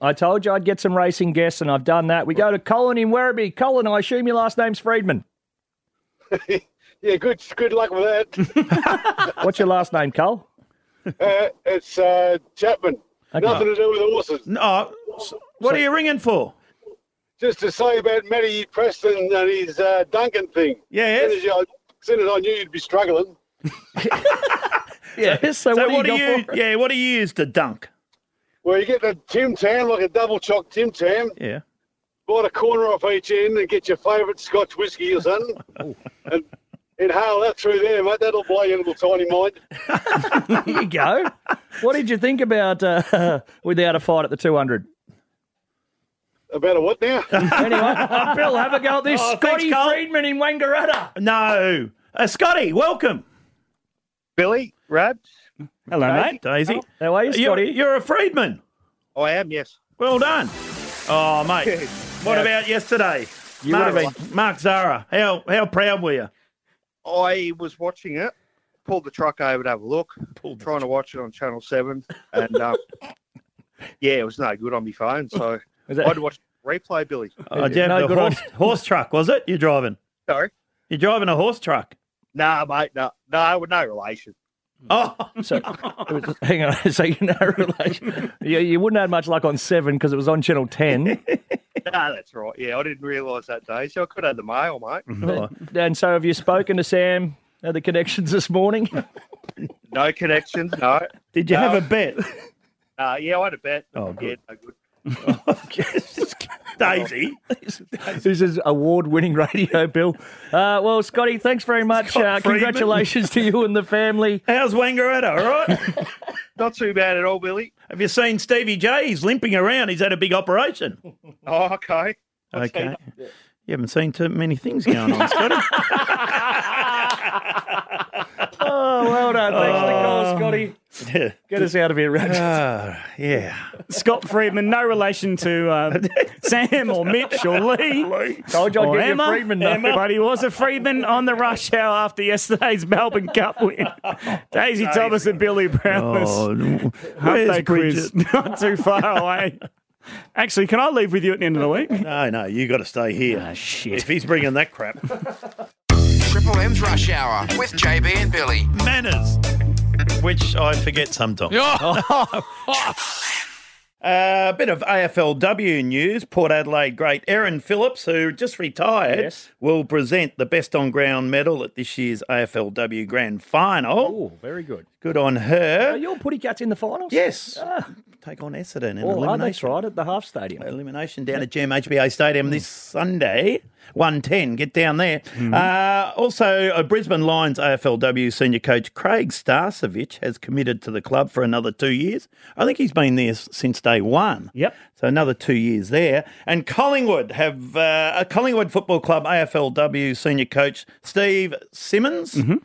H: I told you I'd get some racing guests, and I've done that. We go to Colin in Werribee. Colin, I assume your last name's Friedman.
R: yeah, good good luck with that.
H: What's your last name, Col?
R: uh, it's uh, Chapman.
H: Okay.
R: Nothing to do with horses.
F: No. uh, What are you ringing for?
R: Just to say about Matty Preston and his uh, Duncan thing.
F: Yeah.
R: As soon as, you, as soon as I knew you'd be struggling.
H: yeah. So,
F: what,
R: what do
F: do
R: you
F: you?
R: go for?
F: Yeah. What do you use to dunk?
R: Well, you get a Tim Tam, like a double chock Tim Tam,
F: Yeah.
R: bite a corner off each end and get your favourite Scotch whiskey or something.
F: Oh.
R: and inhale that through there, mate. That'll blow your little tiny mind.
H: There you go. What did you think about uh, without a fight at the 200?
R: About a what now?
H: anyway, Bill, have a go at this.
F: Oh, thanks,
H: Scotty
F: Col.
H: Friedman in Wangaratta.
F: No. Uh, Scotty, welcome.
S: Billy, Rabs.
J: Hello,
F: mate.
S: Daisy.
F: Daisy.
H: Oh,
F: Uh,
H: How are you,
F: You're,
H: Scotty?
F: you're a Freedman.
S: Oh, I am, yes.
F: Well done. Oh, mate.
S: Good.
F: What
S: Yeah.
F: about yesterday?
S: You
F: Mark,
S: would've been-
F: Mark Zara. How how proud were you?
S: I was watching it, pulled the truck over to have a look, trying to watch it on Channel 7. And um, yeah, it was no good on my phone. So
H: that-
S: I'd watch replay, Billy.
F: Oh, did you have the horse, horse truck, was it? You're driving.
S: Sorry?
F: You're driving a horse truck.
S: Nah, mate, no, no, with no relation.
F: Oh,
H: So, hang on. So you know, relation. You, you wouldn't have much luck on seven because it was on channel ten.
S: no, that's right. Yeah, I didn't realise that day. So I could have the mail, mate.
H: and so, have you spoken to Sam? Are the connections this morning?
S: no connections, no.
F: Did you
S: No.
F: have a bet?
S: Uh, yeah, I had a bet.
F: Oh, good. Oh,
S: Yeah, no good.
F: Daisy.
H: this is award-winning radio, Bill. Uh, well, Scotty, thanks very much.
F: Scott
H: uh,
F: Friedman.
H: congratulations to you and the family.
F: How's Wangaratta? All right.
S: Not too bad at all, Billy.
F: Have you seen Stevie J? He's limping around. He's had a big operation.
S: Oh, okay. I've seen
F: Okay.
S: that. Yeah.
F: You haven't seen too many things going on, Scotty.
H: Oh, well done. Thanks for the
F: Oh.
H: call, Scotty.
F: yeah.
H: Get us out of here, Raj. Ah,
F: yeah.
J: Scott Friedman, no relation to uh, Sam or Mitch or Lee.
H: Told you I'd
J: or
H: get you a
J: Emma,
H: Friedman, though.
J: Emma, but he was a Friedman on the rush hour after yesterday's Melbourne Cup win. Daisy Thomas and Billy Brownless.
F: Oh, no.
J: Hump
F: Where's
J: Day quiz. Not too far away. Actually, can I leave with you at the end of the week? Ah,
F: No, no, you got to stay here.
J: shit.
F: If he's bringing that crap.
A: Triple M's Rush Hour with JB and Billy.
F: Manners. which I forget sometimes.
D: Oh,
F: Uh, a bit of AFLW news. Port Adelaide great Erin Phillips, who just retired,
H: Yes.
F: will present the Best on Ground medal at this year's AFLW Grand Final.
H: Very good.
F: Good on her.
H: Are your putty cats in the finals? Ah.
F: Uh, Yes. Take on Essendon in
H: Oh, are they?
F: elimination.
H: that's right, at the half stadium.
F: Elimination down at Gem HBA Stadium this Sunday, 110. Get down there. Uh, also, uh, Brisbane Lions AFLW senior coach Craig Starcevich has committed to the club for another two years. I think he's been there s- since day one. Yep. So another two years there. And Collingwood have uh, a Collingwood Football Club AFLW senior coach Steve Simmons.
H: Mm-hmm.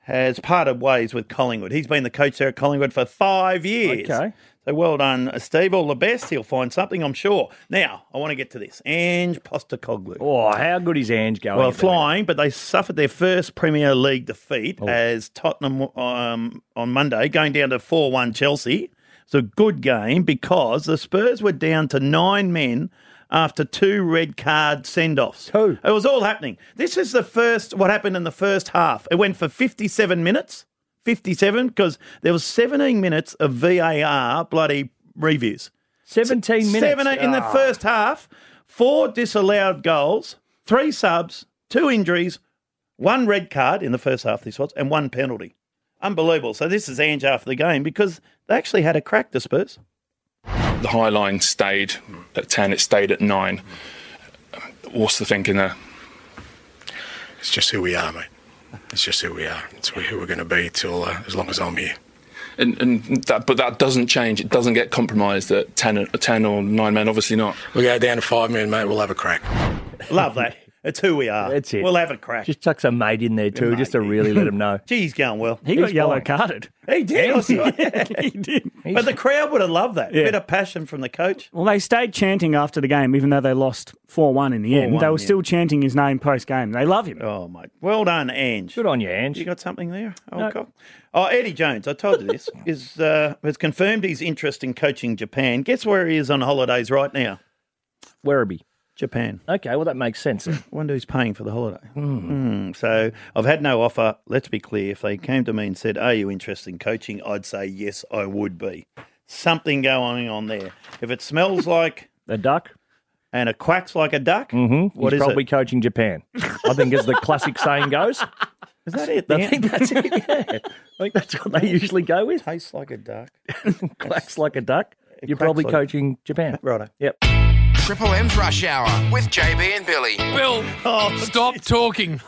F: Has parted ways with Collingwood. He's been the coach there at Collingwood for five years.
H: Okay.
F: So well done, Steve. All the best. He'll find something, I'm sure. Now, I want to get to this. Ange Postacoglu.
H: Oh, how good is Ange going?
F: well,
H: at the
F: flying, but they suffered their first Premier League defeat
H: Oh.
F: as Tottenham um, on Monday, going down to 4 1 Chelsea. It's a good game because the Spurs were down to nine men after two red card send offs. It was all happening. This is the first, what happened in the first half. It went for 57 minutes. 57 because there was 17 minutes of VAR bloody reviews.
H: 17 minutes.
F: Seven in the
H: Ah.
F: first half, four disallowed goals, three subs, two injuries, one red card in the first half this was, and one penalty. Unbelievable. So this is Ange after the game because they actually had a crack, the Spurs.
T: the high line stayed at 10, it stayed at 9. What's the thinking there?
U: It's just who we are, mate. It's just who we are. It's who we're going to be till uh, as long as I'm here.
T: And, and that, but that doesn't change. It doesn't get compromised at 10, or- 10 or 9 men, obviously not.
U: We go down to five men, mate. We'll have a crack.
F: Love that. It's who we are.
H: That's it.
F: We'll have a crack.
H: Just chucks a mate in there too, just to really let him know.
F: Gee, he's going well.
H: He got yellow carded.
F: He did. I
H: Ange
F: saw it. But the crowd would have loved that. Bit of passion from the coach.
J: Well, they stayed chanting after the game, even though they lost 4 1 in the end.
F: 4-1,
J: They were
F: yeah.
J: still chanting his name post game. They love him.
F: Oh, mate. Well done, Ange. Good
H: on you, Ange.
F: You got something there? Oh, cock. oh Eddie Jones, I told you this, is uh, has confirmed his interest in coaching Japan. Guess where he is on holidays right now?
H: Werribee.
F: Japan.
H: Okay, well that makes sense.
F: Wonder who's paying for the holiday. Hmm, so I've had no offer. Let's be clear. If they came to me and said, Are you interested in coaching? I'd say, Yes, I would be. Something going on there. If it smells like
H: a duck
F: and it quacks like a duck,
H: Mm-hmm.
F: what
H: He's
F: is it?
H: probably coaching Japan. I think, as the classic saying goes.
F: Is that it?
H: I
F: Dan?
H: think that's it. Yeah. I think that's what they usually go with.
F: Tastes like a duck.
H: Quacks like a duck. You're
A: quacks
H: probably
A: like-
H: coaching Japan.
F: Righto.
H: Yep.
A: Triple M's Rush Hour with JB and Billy.
P: Bill, stop talking.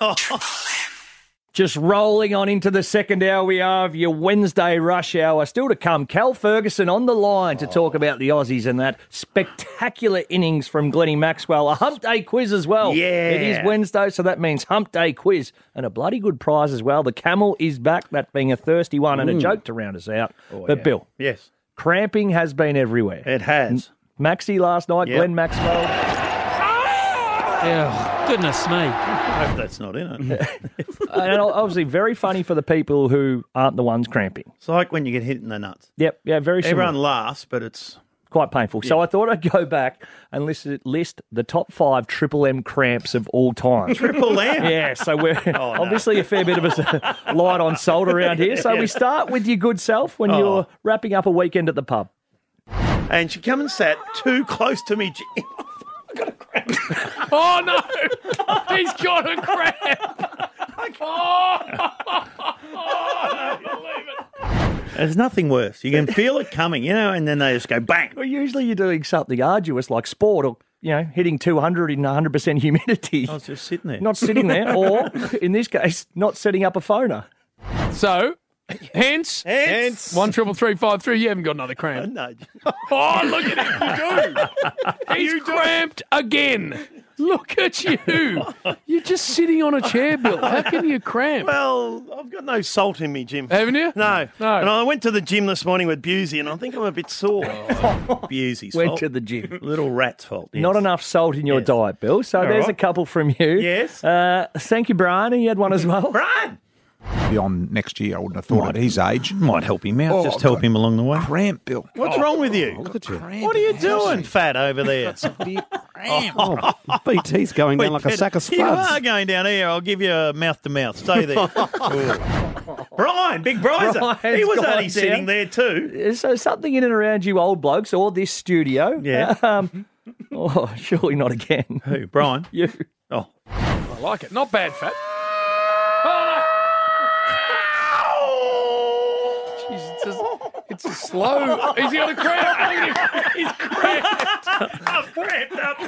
H: Just rolling on into the second hour we are of your Wednesday rush hour. Still to come, Cal Ferguson on the line
F: Oh.
H: to talk about the Aussies and that spectacular innings from Glennie Maxwell. A hump day quiz as well.
F: Yeah.
H: It is Wednesday, so that means hump day quiz and a bloody good prize as well. The camel is back, that being a thirsty one and a
F: Mm.
H: joke to round us out.
F: Oh,
H: but
F: yeah.
H: Bill,
F: Yes.
H: cramping has been everywhere.
F: It has.
H: Maxi last night,
F: Yep.
H: Glenn Maxwell.
P: goodness me.
F: I hope that's not in it.
H: and obviously, very funny for the people who aren't the ones cramping.
F: It's like when you get hit in the nuts.
H: Yep. Yeah. Very similar.
F: Everyone laughs, but it's
H: quite painful. So
F: Yeah.
H: I thought I'd go back and list, list the top five Triple M cramps of all time.
F: Triple M?
H: Yeah, so we're obviously a fair bit of us are light on salt around here. So we start with your good self when
F: Oh.
H: you're wrapping up a weekend at the pub.
F: And she come and sat too close to me. Gee,
P: Oh no! He's got a crab.
D: Oh,
F: There's nothing worse. You can feel it coming, you know, and then they just go bang.
H: Well, usually you're doing something arduous like sport or, you know, hitting 200 in 100% humidity. I was
F: just sitting there.
H: Not sitting there, or in this case, not setting up a phoner.
P: So, hence,
F: hence,
P: one triple three five three. You haven't got another cramp.
F: No.
P: Oh, look at him. You do. He's cramped again. Look at you. You're just sitting on a chair, Bill. How can you cramp?
F: Well, I've got no salt in me, Jim.
P: Haven't you?
F: No.
P: No.
F: And I went to the gym this morning with Busey, and I think I'm a bit sore. Busey's
H: Went
F: fault.
H: to the gym.
F: Little rat's fault. yes.
H: Not enough salt in your diet, Bill. So
F: All
H: there's
F: right.
H: a couple from you. Yes. Uh, thank you, Brian. You had one as well.
F: Brian!
V: Beyond next year, I wouldn't have thought at his age. Oh,
F: Might help him out. Just help him along the way.
V: Cramp, Bill.
F: What's wrong with you? What are you doing, fat over there?
V: Oh, BT's going down like a sack of
F: You
V: spuds.
F: are going down here. I'll give you a mouth to mouth. Stay there. Brian, big Bryzer.
H: Brian's
F: he was
H: gone
F: only
H: down.
F: sitting there too.
H: So something in and around you, old blokes, or this studio.
F: Yeah.
H: Um, oh, surely not again.
F: Who, Brian?
H: you.
F: Oh.
P: I like it. Not bad, Fat. Jeez, it's a, it's a slow. He's got a cramp. Look at him. He's cramped.
F: I've cramped up.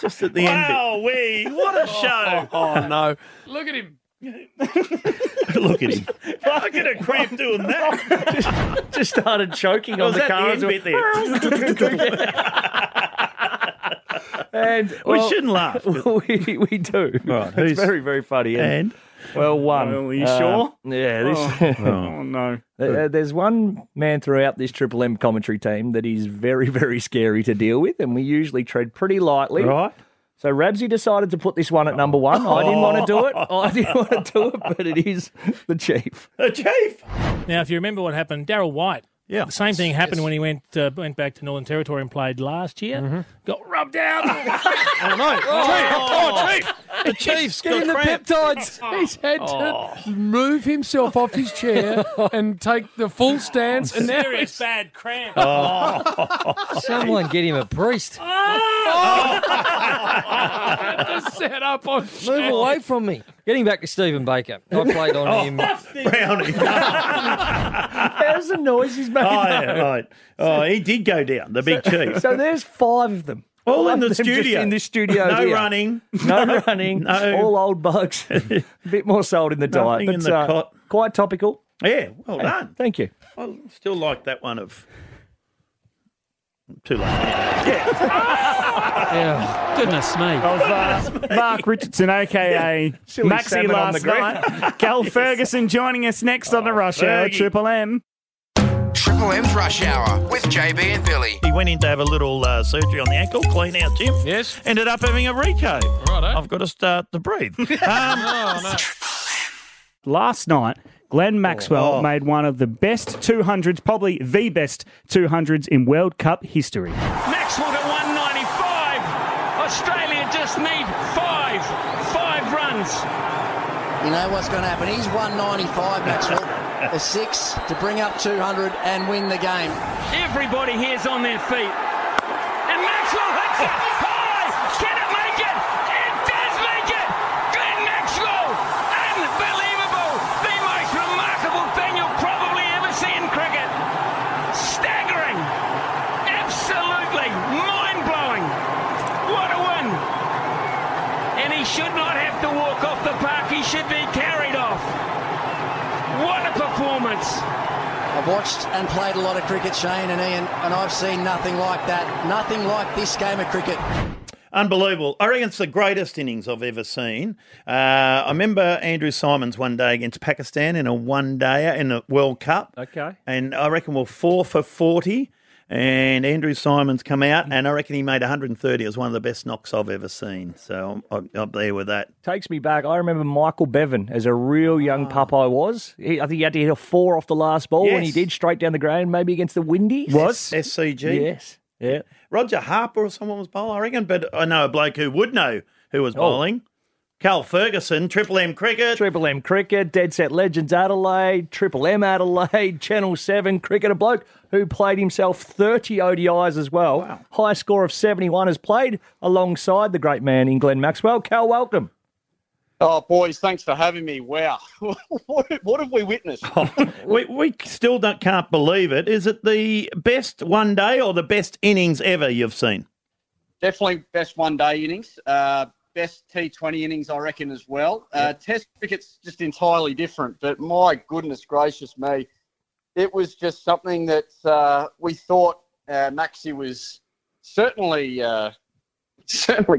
H: Just
F: at the end. Wow, we what a show!
P: Oh, no.
F: Look at him. Look at him. Look at a cramp doing that.
H: Just started choking
F: I
H: on
F: was
H: the
F: at the
H: car.
F: end bit there.
H: and
F: We
H: well,
F: shouldn't laugh.
H: We, we do.
F: Right,
H: it's
F: who's-
H: very very funny.
F: And?
H: well, one.
J: Well, are you
H: Uh,
J: sure?
H: Yeah. This,
J: Oh, oh, no.
H: There- There's one man throughout this Triple M commentary team that is very, very scary to deal with, and we usually tread pretty lightly.
F: Right.
H: So Rabsy decided to put this one at number one. I didn't want to do it. I didn't want to do it, but it is the chief.
F: The chief.
D: Now, if you remember what happened, Daryl White. Yeah. The same thing happened when he went uh, went back to Northern Territory and played last year. Got rubbed out. oh
P: no!
D: Oh,
P: Chief!
D: Oh, chief! The Chiefs
P: Get
D: got
P: in the
D: cramped. Oh.
P: peptides. He's had to move himself off his chair and take the full stance. And now
D: Serious
P: he's-
D: bad cramp.
E: Someone get him a priest.
D: Oh.
P: set up on
E: Move away from me. Getting back to Stephen Baker. I played on
F: Oh,
E: him.
F: Brownie.
H: There's the noise he's made.
F: Oh,
H: though.
F: yeah, right. Oh, he did go down, the big chief.
H: So there's five of them.
F: All in
H: of
F: the
H: them just
F: studio.
H: in this studio.
F: No
H: here.
F: running.
H: No running.
F: No.
H: All old bugs. A bit more salt in the diet. uh,
F: Nothing in the cot.
H: Quite topical.
F: Yeah, well
H: Hey,
F: done.
H: Thank you.
F: I still like that one of too late. Yeah.
J: Yeah. Goodness me. Mark Richardson, aka
F: Silly
J: Maxi
F: salmon on
J: last
F: the grill.
J: night. Cal Ferguson joining us next on the Rush Hour
F: Fergie.
J: Triple M.
A: Triple M's Rush Hour with JB and Billy.
F: He went in to have a little uh, surgery on the ankle, clean out Jim. Yes. Ended up having a reco. Right, I've got to start to breathe. Um,
J: Last night,
F: Oh,
J: Glenn Maxwell made one of the best 200s, probably the best 200s in World Cup history.
D: Maxwell to 195. Australia just need five, five runs.
B: You know what's going to happen? He's 195, Maxwell. a six to bring up 200 and win the game.
D: Everybody here's on their feet. And Maxwell hits it high. Can it make it? It does make it. Glenn Maxwell. Unbelievable. The most remarkable thing you'll probably ever see in cricket. Staggering. Absolutely mind blowing. What a win. And he should not have to walk off the park. He should be carried off. What a performance.
B: I've watched and played a lot of cricket, Shane and Ian, and I've seen nothing like that. Nothing like this game of cricket.
F: Unbelievable. I reckon it's the greatest innings I've ever seen. Uh, I remember Andrew Simons one day against Pakistan in a one dayer in the World Cup.
H: Okay.
F: And I reckon we're four for 40. And Andrew Simons come out, and I reckon he made 130. It was one of the best knocks I've ever seen. So I'm, I'm up there with that.
H: Takes me back. I remember Michael Bevan as a real young pup I was. He, I think he had to hit a four off the last ball, and he
F: Yes.
H: did straight down the ground, maybe against the Windies.
F: SCG?
H: Yes. Yeah.
F: Roger Harper or someone was bowling, I reckon. But I know a bloke who would know who
H: Oh.
F: was bowling. Carl Ferguson, Triple M Cricket.
H: Triple M Cricket, Dead Set Legends Adelaide, Triple M Adelaide, Channel 7 Cricket, a bloke who played himself 30 ODIs as well. High score of 71 has played alongside the great man in Glenn Maxwell. Cal, welcome.
W: Oh, boys, thanks for having me. Wow. what, what have we witnessed?
F: We, we still don't, can't believe it. Is it the best one day or the best innings ever you've seen?
W: Definitely best one day innings, uh, best T20 innings, I reckon, as well. Uh, test cricket's just entirely different, but my goodness gracious me, it was just something that uh, we thought uh, Maxi was certainly. Uh, certainly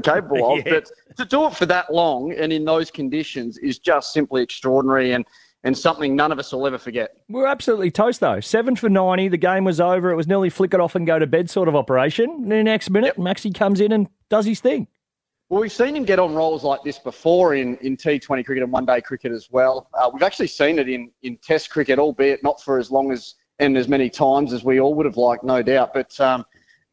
W: capable of. But to do it for that long and in those conditions is just simply extraordinary and, and something none of us will ever forget.
H: We We're absolutely toast though. Seven for 90, the game was over. It was nearly flick it off and go to bed sort of operation. And the next minute, Maxi comes in and does his thing.
W: Well, we've seen him get on rolls like this before in, in T20 cricket and one day cricket as well. Uh, we've actually seen it in, in Test cricket, albeit not for as long as and as many times as we all would have liked, no doubt. But um,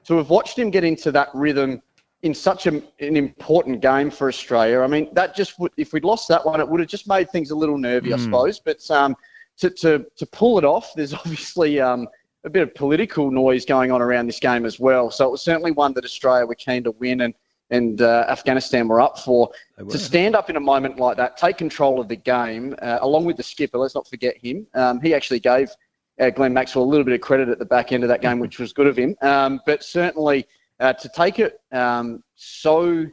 W: to have watched him get into that rhythm in such a, an important game for Australia. I mean, that just would, if we'd lost that one, it would have just made things a little nervy, I
G: Mm.
W: suppose. But um, to, to, to pull it off, there's obviously um, a bit of political noise going on around this game as well. So it was certainly one that Australia were keen to win and, and uh, Afghanistan were up for. To stand up in a moment like that, take control of the game, uh, along with the skipper, let's not forget him. Um, he actually gave uh, Glenn Maxwell a little bit of credit at the back end of that game, which was good of him. Um, but certainly uh, to take it um, so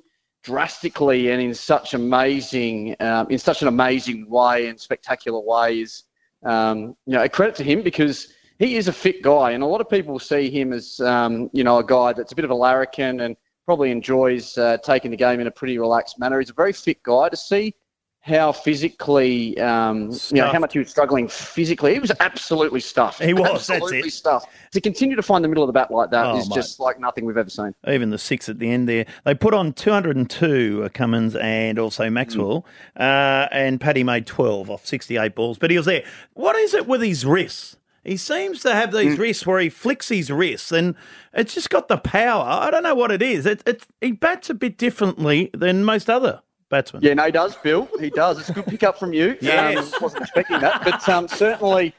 W: drastically and in such amazing, um, in such an amazing way and spectacular way is, um, you know, a credit to him because he is a fit guy, and a lot of people see him as, um, you know, a guy that's a bit of a larrikin and probably enjoys uh, taking the game in a pretty relaxed manner. He's a very fit guy. To see how physically, um, you know, how
F: Stuffed.
W: much he was struggling physically, he was absolutely stuffed.
F: He was, that's
W: absolutely
F: it.
W: stuffed. To continue to find the middle of the bat like that is
F: Oh, mate.
W: just like nothing we've ever seen.
F: Even the six at the end there. They put on 202, uh, Cummins and also
W: Hmm.
F: Maxwell. Uh, and Paddy made 12 off 68 balls, but he was there. What is it with his wrists? He seems to have
W: Hmm.
F: these wrists where he flicks his wrists and it's just got the power. I don't know what it is. It, it's he bats a bit differently than most other batsmen.
W: Yeah, no, he does, Bill. He does. It's a good pick up from you.
F: Yes.
W: Um, wasn't expecting that, but um, certainly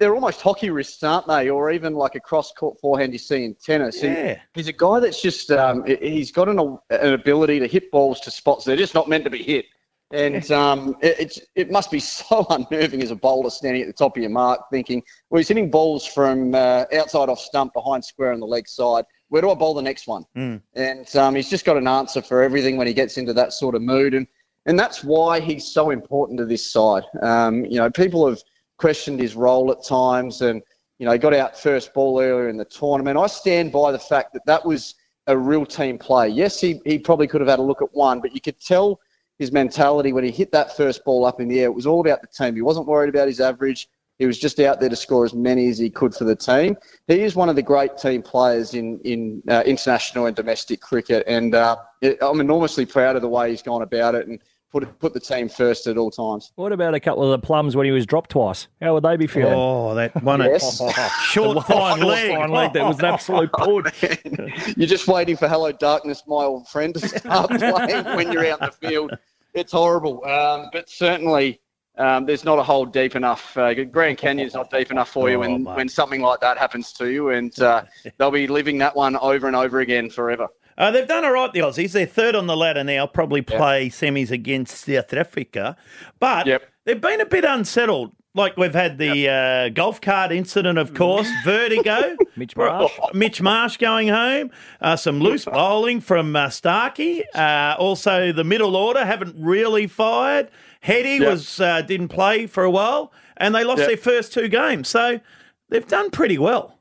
W: they're almost hockey wrists, aren't they? Or even like a cross court forehand you see in tennis. He-
F: Yeah.
W: he's a guy that's just um, he- he's got an, an ability to hit balls to spots they're just not meant to be hit. And um, it, it's, it must be so unnerving as a bowler standing at the top of your mark thinking, well, he's hitting balls from uh, outside off stump, behind square on the leg side. Where do I bowl the next one?
F: Hmm.
W: and um, he's just got an answer for everything when he gets into that sort of mood, and and that's why he's so important to this side. Um, you know, people have questioned his role at times, and you know, he got out first ball earlier in the tournament. I stand by the fact that that was a real team play. Yes, he he probably could have had a look at one, but you could tell his mentality when he hit that first ball up in the air. It was all about the team. He wasn't worried about his average. He was just out there to score as many as he could for the team. He is one of the great team players in in uh, international and domestic cricket, and uh, it, I'm enormously proud of the way he's gone about it and put it- put the team first at all times.
H: What about a couple of the plums when he was dropped twice? How would they be feeling?
F: Oh, that one at- Yes. Short
H: The
F: fine leg.
H: fine leg. That was an absolute pud.
W: You're just waiting for "Hello Darkness, My Old Friend" to start playing when you're out in the field. It's horrible, um, but certainly. Um, there's not a hole deep enough. Uh, Grand Canyon's not deep enough
F: Oh,
W: for you when, when something like that happens to you, and uh, they'll be living that one over and over again forever.
F: Uh, they've done all right, the Aussies. They're third on the ladder now, probably play semis against South Africa. But they've been a bit unsettled. Like we've had the uh, golf cart incident, of course, vertigo. Mitch
H: Marsh.
F: Mitch Marsh going home. Uh, some loose bowling from uh, Starkey. Uh, also, the middle order haven't really fired. Heady
W: Yep.
F: was uh, didn't play for a while, and they lost
W: Yep.
F: their first two games. So they've done pretty well.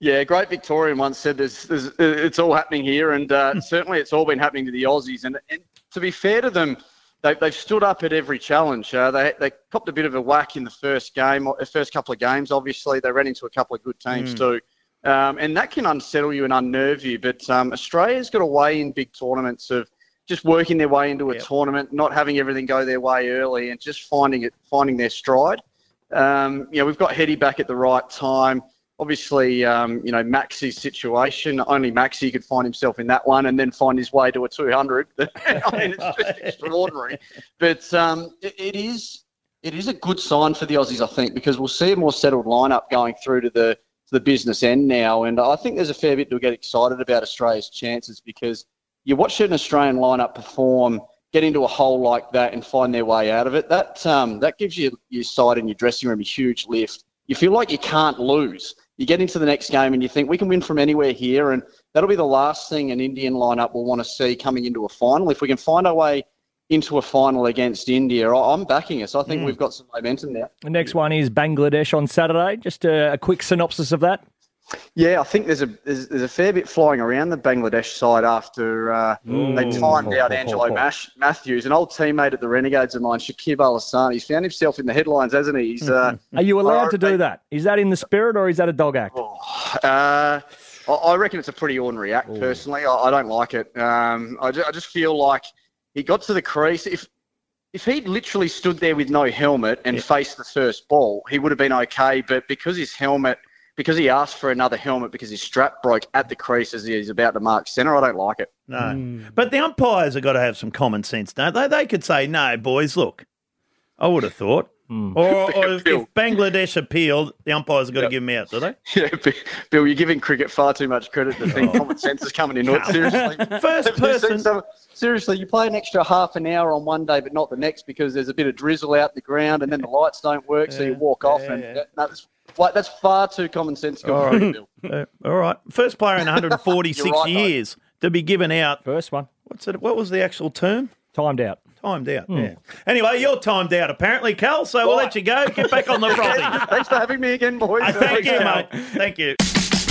W: Yeah, great Victorian once said there's, there's, it's all happening here, and uh, certainly it's all been happening to the Aussies. And, and to be fair to them, they, they've stood up at every challenge. Uh, they, they copped a bit of a whack in the first game, or- first couple of games, obviously. They ran into a couple of good teams,
I: Mm.
W: too. Um, and that can unsettle you and unnerve you. But um, Australia's got a way in big tournaments of just working their way into a tournament, not having everything go their way early, and just finding it, finding their stride. Um, you know, we've got Hetty back at the right time. Obviously, um, you know, Maxi's situation, only Maxi could find himself in that one and then find his way to a 200. I mean, it's just extraordinary. But um, it, it is it is a good sign for the Aussies, I think, because we'll see a more settled lineup going through to the to the business end now. And I think there's a fair bit to get excited about Australia's chances because you watch an Australian lineup perform, get into a hole like that, and find their way out of it. That um, that gives you your side and your dressing room a huge lift. You feel like you can't lose. You get into the next game and you think we can win from anywhere here, and that'll be the last thing an Indian lineup will want to see coming into a final. If we can find our way into a final against India, I- I'm backing us. I think
H: Mm.
W: we've got some momentum now.
H: The next one is Bangladesh on Saturday. Just a, a quick synopsis of that.
W: Yeah, I think there's a there's, there's a fair bit flying around the Bangladesh side after uh, they
G: Ooh.
W: timed out Angelo Mash, Matthews, an old teammate at the Renegades of mine, Shakib Al Hassan. He's found himself in the headlines, hasn't he? He's, uh,
H: Are you allowed
W: I-
H: to do that? Is that in the spirit or is that a dog act?
F: Oh,
W: Uh, I- I reckon it's a pretty ordinary act, personally. I, I don't like it. Um, I, ju- I just feel like he got to the crease. If if he'd literally stood there with no helmet and faced the first ball, he would have been okay. But because his helmet because he asked for another helmet because his strap broke at the crease as he's about to mark centre. I don't like it.
F: No. But the umpires have got to have some common sense, don't they? They could say, no, boys, look, I would have thought. Or, or if, if Bangladesh appealed, the umpires have got to give them out, do they?
W: Yeah, Bi- Bill, you're giving cricket far too much credit to think
F: Oh.
W: common sense is coming into it. Seriously,
F: first person.
W: seriously, you play an extra half an hour on one day, but not the next because there's a bit of drizzle out the ground, and then the lights don't work, so you walk off, and that- that's like that's far too commonsensical.
F: All
W: for me,
F: right.
W: Bill.
F: Uh, all right. First player in 146
W: You're right, mate.
F: years to be given out. First one. What's it? What was the actual term? Timed out. Timed out. Yeah. Anyway, you're timed out apparently, Cal. So we'll let you go. Get back on the property.
W: Thanks for having me again, boys.
F: thank you, mate. Thank you.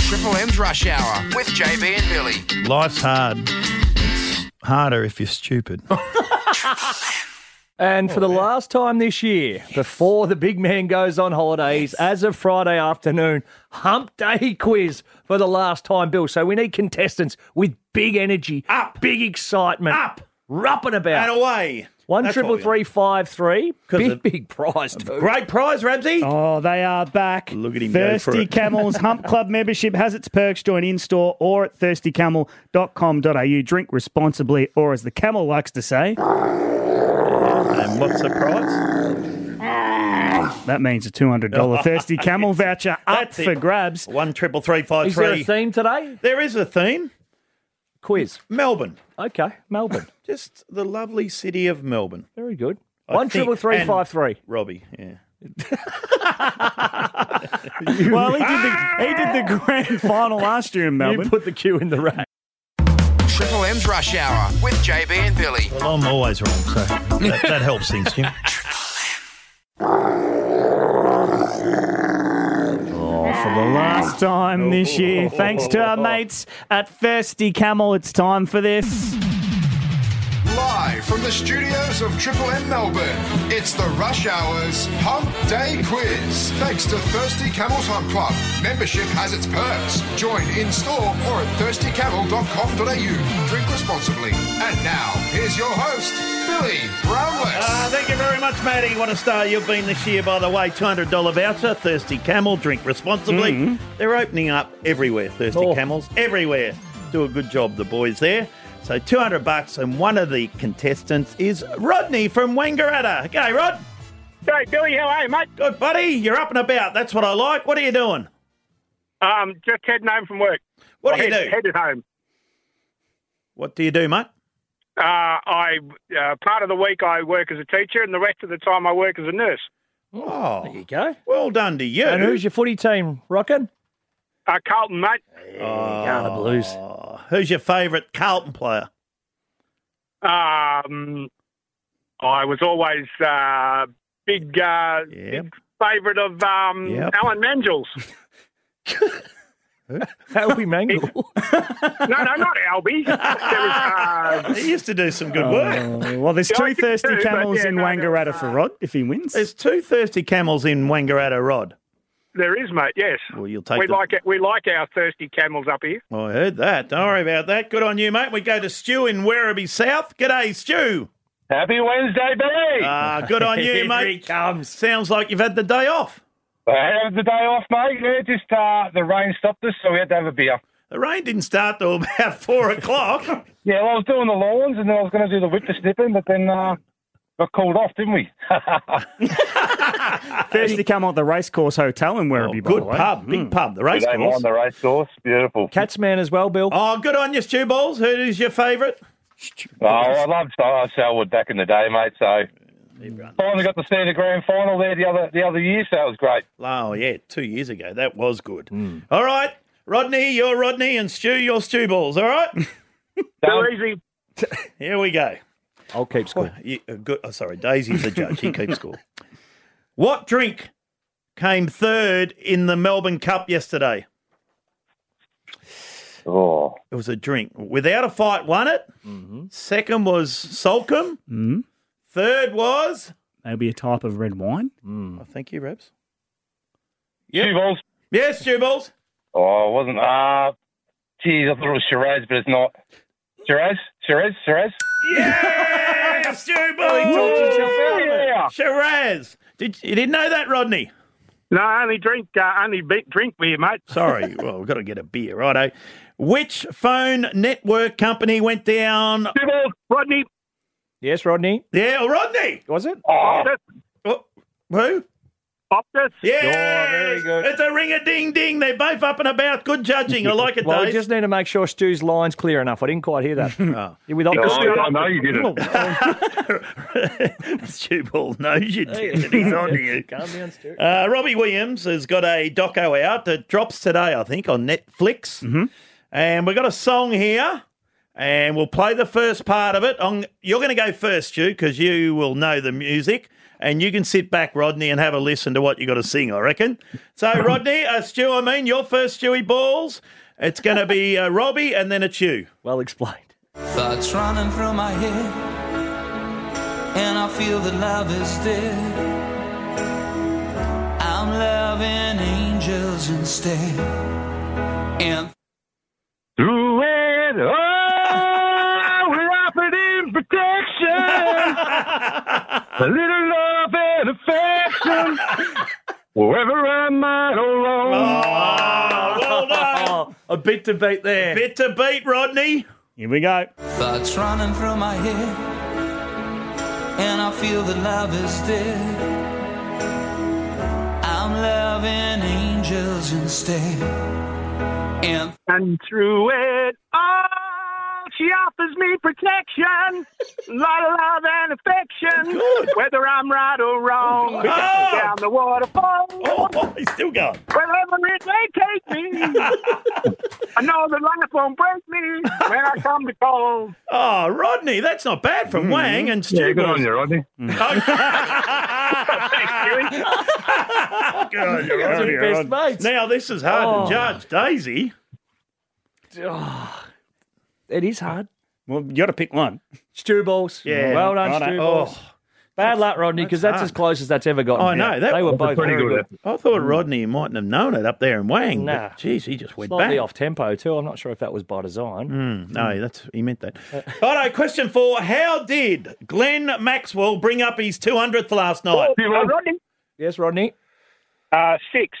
A: Triple M's Rush Hour with JB and Billy.
F: Life's hard. It's harder if you're stupid. Oh,
H: And for the last time this year, before the big man goes on holidays, as of Friday afternoon, hump day quiz for the last time, Bill. So we need contestants with big energy, up, big excitement, up, rupping about,
F: And away.
H: One
F: That's
H: triple
F: what we
H: three five three. Big
F: of-
H: big prize too.
F: Great prize, Ramsey.
J: Oh, they are back.
F: Look at him go for
J: Thirsty
F: it.
J: Camel's Hump Club membership has its perks. Join in store or at thirstycamel.com.au. Drink responsibly, or as the camel likes to say,
F: Ah. and what's the prize?
J: that means a $200 Thirsty Camel voucher up
F: That's it.
J: for grabs.
F: One triple three five
J: Is there a
F: three.
H: Theme today?
F: There is a theme.
H: Quiz.
F: Melbourne.
H: Okay, Melbourne.
F: Just the lovely city of Melbourne.
H: Very good.
F: I
H: One
F: think-
H: triple three
F: and
H: five three.
F: Robbie, yeah.
J: well, he did, the, he did
F: Ah!
J: the grand final last year in Melbourne.
H: You put the cue in the rack.
A: Triple M's Rush Hour with JB and Billy.
F: Well, I'm always wrong, so that, that helps things, Jim.
J: Oh, for the last time
F: Oh.
J: this year, thanks to our mates at Thirsty Camel, it's time for this.
A: Live from the studios of Triple M Melbourne, it's the Rush Hours Hump Day Quiz. Thanks to Thirsty Camels Hump Club, membership has its perks. Join in store or at thirstycamel.com.au. Drink responsibly. And now, here's your host, Billy Brownless.
M: Uh,
F: Ah, thank you very much, Matty. What a star you've been this year, by the way. $200 voucher, Thirsty Camel, drink responsibly.
H: Mm.
F: They're opening up everywhere, Thirsty
H: Oh.
F: Camels, everywhere. Do a good job, the boys there. So 200 bucks, and one of the contestants is Rodney from Wangaratta. G'day, Rod.
G: Hey, Billy, how are you, mate?
F: Good, buddy. You're up and about. That's what I like. What are you doing?
G: Um, just heading home from work.
F: What do
G: I
F: you
G: head,
F: do?
G: Headed home.
F: What do you do, mate?
G: Uh, I uh, part of the week I work as a teacher, and the rest of the time I work as a nurse.
F: Oh, there
H: you go.
F: Well done to you.
H: And who's your footy team rocking?
G: Uh, Carlton, mate.
H: the Blues.
F: Oh, Who's your favourite Carlton player?
G: Um, I was always uh, big uh, big favourite of um,
F: Yep.
G: Alan Mangels.
H: How we mangle?
G: no, no, not Albie. There was, uh,
F: He used to do some good work.
J: Oh, well, there's
F: Yeah, I
J: two
F: did
J: Thirsty
F: too, but
J: Camels
F: yeah,
J: in
F: no,
J: Wangaratta for Rod if he wins.
F: There's two thirsty camels in Wangaratta Rod.
G: there is, mate. Yes,
F: Well, you'll take
G: we
F: the- Oh,
G: like it. We like our thirsty camels up here.
F: I heard that. Don't worry about that. Good on you, mate. We go to Stu in Werribee South. G'day, Stu.
G: Happy Wednesday, Billy.
F: Ah, good on you,
G: Here
F: mate.
G: he
F: comes. Sounds like you've had the day off.
G: I had the day off, mate. Yeah, just uh, the rain stopped us, so we had to have a beer.
F: The rain didn't start till about four o'clock.
G: Yeah, well, I was doing the lawns, and then I was going to do the whippersnipping, but then uh, got called off, didn't we?
J: Thirsty Camel at the Racecourse Hotel in Werribee, by
F: Oh, good
J: the way. Hmm. Mm.
F: pub, big pub, the race course.
G: the race course. Beautiful.
H: Catsman as well, Bill.
F: Oh, good on you, Stu Balls. Who's your favourite?
G: Oh, I loved Sal- Salwood back in the day, mate. So finally got to see the grand final there the other the other year, so it was great.
F: Oh, yeah, two years ago. That was good.
H: Hmm.
F: All right, Rodney, you're Rodney, and Stu, you're Stu Balls. All right?
G: Too easy.
F: Here we go.
H: I'll keep score.
F: You, uh, good, oh, sorry, Daisy's the judge. He keeps score. What drink came third in the Melbourne Cup yesterday?
G: Oh,
F: It was a drink. Without a fight, won it.
H: Mm-hmm.
F: Second was Solcombe.
J: Mm,
F: Third was.
J: maybe a type of red wine.
F: I thank you, Rebs.
G: balls.
F: Yes, Stu Balls.
G: Oh, it wasn't. Uh, geez, I thought it was Shiraz, but it's not. Shiraz, Shiraz, Shiraz.
F: Yeah, Stu Balls.
G: talked himself out of it.
F: Shiraz. Did, you didn't know that, Rodney?
I: No, only drink, uh, only be- drink beer, mate.
F: Sorry. Well, we've got to get a beer, righto. Which phone network company went down?
I: Rodney.
F: Yes, Rodney. Yeah, Rodney.
H: Was it?
F: Oh, who?
I: Optus.
F: Yeah.
H: Oh, very good.
F: It's a ring a ding ding. They're both up and about. Good judging. I like it,
H: well, we
F: Dave.
H: just need to make sure Stu's line's clear enough. I didn't quite hear that.
F: Oh.
H: Yeah, with
F: Yeah,
H: Optus-
F: I- I know you
H: Oh,
F: Stu Ball knows you did it. He's on to you.
H: Calm down, Stu.
F: Uh, Robbie Williams has got a doco out that drops today, I think, on Netflix. Mm-hmm. And we've got a song here, and we'll play the first part of it. i you're going to go first, Stu, because you will know the music. And you can sit back, Rodney, and have a listen to what you got to sing, I reckon. So, Rodney, uh, Stu, I mean, your first Stewie Balls. It's going to be uh, Robbie, and then it's you.
H: Well explained.
L: Thoughts running through my head, and I feel that love is dead. I'm loving angels instead. And
I: Through it all, we're offered in protection. a little love and affection. Wherever I might alone.
F: Ah. Oh, well done.
H: a bit to beat there.
F: bit to beat, Rodney.
H: Here we go.
L: Thoughts running through my head, and I feel that love is dead. I'm loving angels instead. And,
I: and through it all, she offers me protection. A lot of love and affection. Whether I'm right or wrong. Down the waterfall.
F: Oh, he's still going.
I: Wherever it may take me. I know that life won't break me when I come to call.
F: Oh, Rodney, that's not bad
H: Hmm.
F: from Wang and Stu.
I: Yeah, good on
F: you,
I: Rodney.
F: good on you,
I: That's
F: Rodney.
I: your best
F: Rod. Now, this is hard
H: Oh.
F: to judge, Daisy.
H: Oh, it is hard.
J: Well, you got to pick one. Oh.
H: Stew balls.
F: Yeah.
H: Well done,
F: Righto.
H: Stew balls. Bad luck, Rodney, because that's,
F: hard.
H: as close as that's ever gotten.
F: Oh, I know. That,
H: they were both very good.
F: I thought Rodney mightn't have known it up there in Wang. but
H: Nah.
F: Jeez, he just went
H: Slightly
F: back.
H: off tempo too. I'm not sure if that was by design. Hmm. Uh,
F: Mm, no, that's he meant that. Righto, question four. How did Glenn Maxwell bring up his 200th last night?
I: Uh, Rodney.
H: Yes, Rodney.
I: Uh, six.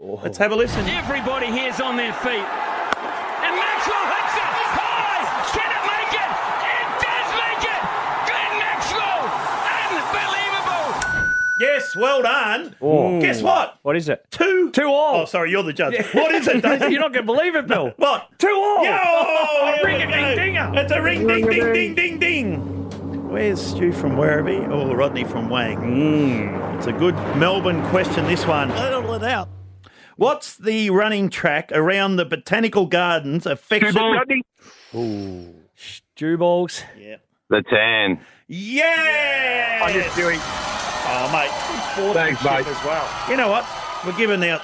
F: Let's have a listen.
D: Everybody here's on their feet. And Maxwell hits it high. Can it make it? It does make it. Glenn Maxwell. Unbelievable.
F: Yes, well done.
H: Oh.
F: Guess what?
H: What is it?
F: Two.
H: Two all.
F: Oh, sorry, you're the judge. What is it, Daisy?
H: You're not going to believe it, Bill.
F: What?
H: Two all.
F: Yo!
H: A
F: Here
H: ring
F: we
H: a
F: go.
H: ding dinger.
F: It's a ring ding ding ding ding ding. Where's Stu from Werribee? Oh, Rodney from Wang.
H: Hmm.
F: It's a good Melbourne question, this one. Little it out. What's the running track around the Botanical Gardens affectionate?
I: Rodney.
F: Ooh.
H: Stew balls.
F: Yeah.
I: The tan.
F: Yes!
I: I'm just doing.
F: Oh, mate.
I: Thanks, mate.
F: As well. You know what? We're giving out,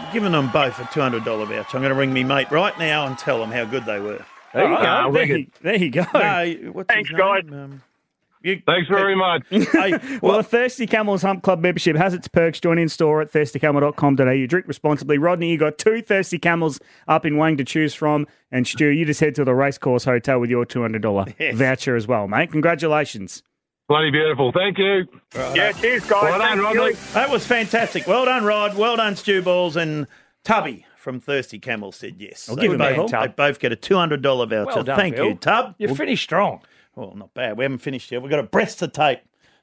F: we're giving them both a $200 voucher. I'm going to ring me mate right now and tell them how good they were.
H: There you
F: All right.
H: go. There you- there you go.
F: No, what's Ah, Thanks, guys. Um, you,
I: Thanks very much.
F: Hey,
J: Well, the Thirsty Camels Hump Club membership has its perks. Join in store at thirstycamel.com.au. Drink responsibly. Rodney, you got two Thirsty Camels up in Wang to choose from. And Stu, you just head to the Racecourse Hotel with your $200 voucher as well, mate. Congratulations.
I: Bloody beautiful. Thank you. Yeah, cheers, guys. Well done, Rodney.
F: That was fantastic. Well done, Rod. Well done, Stew Balls. And Tubby from Thirsty Camel said yes.
H: I'll give
F: they
H: him a hand,
F: both,
H: Tub.
F: they both get a $200 voucher.
H: Well done,
F: Thank
H: Bill.
F: you, Tub.
H: You finished strong.
F: Well, not bad. We haven't finished yet. We've got a breast to tape.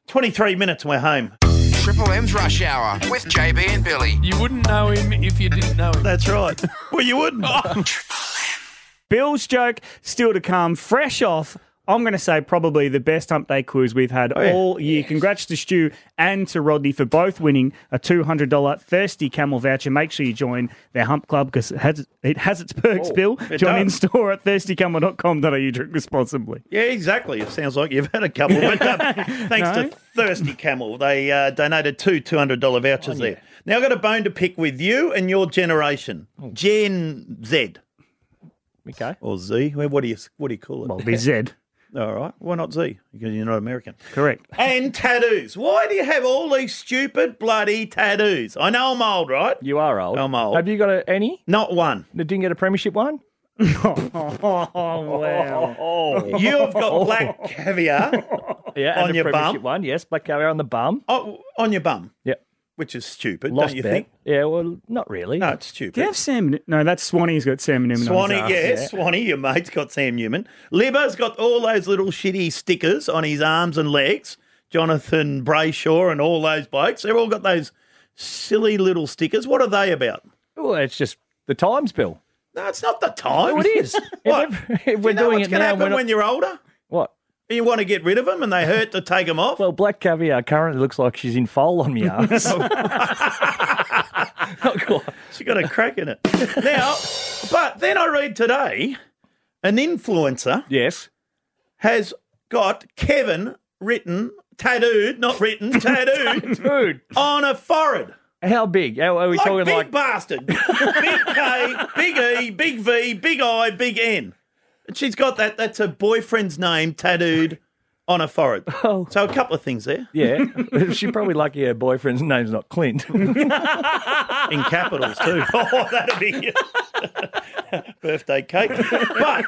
F: 23 minutes and we're home.
M: Triple M's Rush Hour with JB and Billy.
P: You wouldn't know him if you didn't know him.
F: That's right. Well, you wouldn't.
J: Bill's joke still to come, fresh off. I'm going to say probably the best hump day quiz we've had
F: Oh, yeah.
J: all year. Congrats to Stu and to Rodney for both winning a $200 thirsty camel voucher. Make sure you join their hump club because it has, it has its perks,
F: Oh,
J: Bill.
F: it
J: Join
F: does.
J: in store at thirstycamel.com.au. Drink responsibly.
F: Yeah, exactly. It sounds like you've had a couple. But um, thanks
J: No.
F: to Thirsty Camel, they uh, donated two $200 vouchers
J: Oh,
F: there. Now I've got a bone to pick with you and your generation,
J: Oh.
F: Gen Z.
H: Okay.
F: Or Z. Well, What do you, what do you call it?
J: Well, it'll be Z.
F: All right. Why not Z? Because you're not American.
J: Correct.
F: And tattoos. Why do you have all these stupid bloody tattoos? I know I'm old, right?
H: You are old.
F: I'm old.
H: Have you got a, any?
F: Not one.
H: That didn't get a premiership one?
J: Oh, wow.
F: You've got black caviar
H: Oh. Yeah, and
F: On
H: a
F: your bum? Oh,
H: premiership one. Yes, black caviar on the bum.
F: on your bum.
H: Yep.
F: which is stupid,
J: Lost
F: don't you
J: bet.
F: think?
E: Yeah, well, not really.
F: No, it's stupid.
J: Do you have Sam? No, that's Swanee's got Sam Newman. on
F: Swanee,
J: his
F: yeah,
J: arse.
F: Swanee, your mate's got Sam Newman. Libbo's got all those little shitty stickers on his arms and legs. Jonathan Brayshaw and all those blokes. They've all got those silly little stickers. What are they about?
H: Well, it's just the Times bill.
F: No, it's not the time.
H: No, it is.
F: what?
H: we're
F: Do you know
H: doing
F: what's
H: it
F: gonna
H: now,
F: happen
H: we're not-
F: when you're older?
H: What?
F: You want to get rid of them and they hurt to take them off?
H: Well, Black Caviar currently looks like she's in foal on me arse.
F: She got a crack in it. now, but then I read today an influencer.
H: Yes.
F: Has got Kevin written, tattooed, not written, tattooed, on a forehead.
H: How big? How are we
F: Like
H: talking
F: big
H: like
F: bastard. big K, big E, big V, big I, big N. And she's got that. That's her boyfriend's name tattooed on her forehead. Oh. So a couple of things there.
H: Yeah. She's probably lucky her boyfriend's name's not Clint.
F: in capitals too. Oh, that'd be birthday cake. But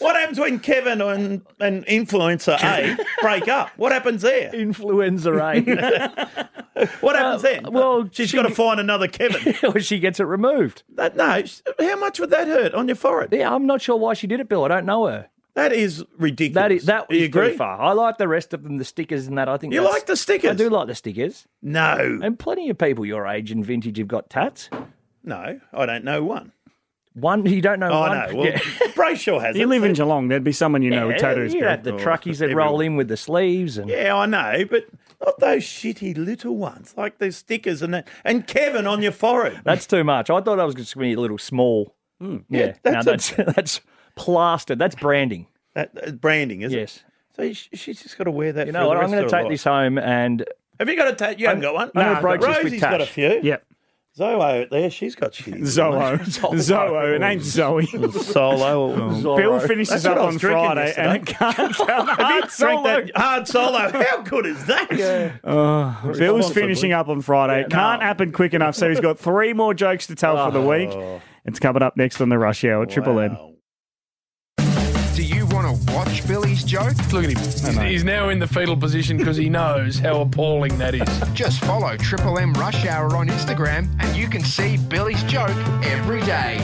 F: what happens when Kevin and, and influencer A break up? What happens there?
H: Influencer A.
F: what happens then? Uh, Well, she's got to find another Kevin.
H: or she gets it removed.
F: That no. How much would that hurt on your forehead?
H: Yeah, I'm not sure why she did it, Bill. I don't know her.
F: That is ridiculous.
H: That is that
F: Do you
H: is too
F: agree?
H: far. I like the rest of them, the stickers and that. I think
F: You
H: that's-
F: like the stickers?
H: I do like the stickers.
F: No,
H: and plenty of people your age and vintage have got tats.
F: No, I don't know one.
H: One you don't know.
F: Oh,
H: one.
F: I know. Well, Brayshaw has
J: You
F: it.
J: live in
F: so-
J: Geelong, there'd be someone you know with tattoos.
H: You
J: Bill. Oh.
H: have the truckies that roll in with the sleeves and
F: Yeah, I know, but not those shitty little ones like the stickers and that, and Kevin on your forehead.
H: That's too much. I thought I was just going to be a little small. Yeah,
F: Hmm. Yeah, that's
H: that's, no, that's that's plastered. That's branding.
F: That, that's branding, is
H: yes.
F: So sh- she's just got to wear that.
H: You
F: for
H: know what?
F: The
H: I'm
F: going to
H: take this home and
F: Have you got a tattoo? You haven't got one.
H: I'm gonna break this with
F: Rosie's got a
H: Tash.
F: few.
J: Yep.
F: Zoe out there, she's got shitty.
J: Zoho. Zoho. It ain't Zoe.
F: Solo. Zorro.
J: Bill finishes
F: Oh, That's
J: up
F: what I was
J: on
F: drinking
J: Friday
F: yesterday.
J: and it can't count. Hard
F: Drink
J: solo.
F: that hard solo. How good is that? Yeah.
J: Oh, Bill's
F: Responsibly.
J: finishing up on Friday. Can't happen quick enough, so he's got three more jokes to tell for the week. It's coming up next on the Rush Hour. Triple M.
M: Do you want to watch Billy's joke? Look at him.
P: He's now in the fetal position because he knows how appalling that is.
M: Just follow Triple M Rush Hour on Instagram and you can see Billy's joke every day.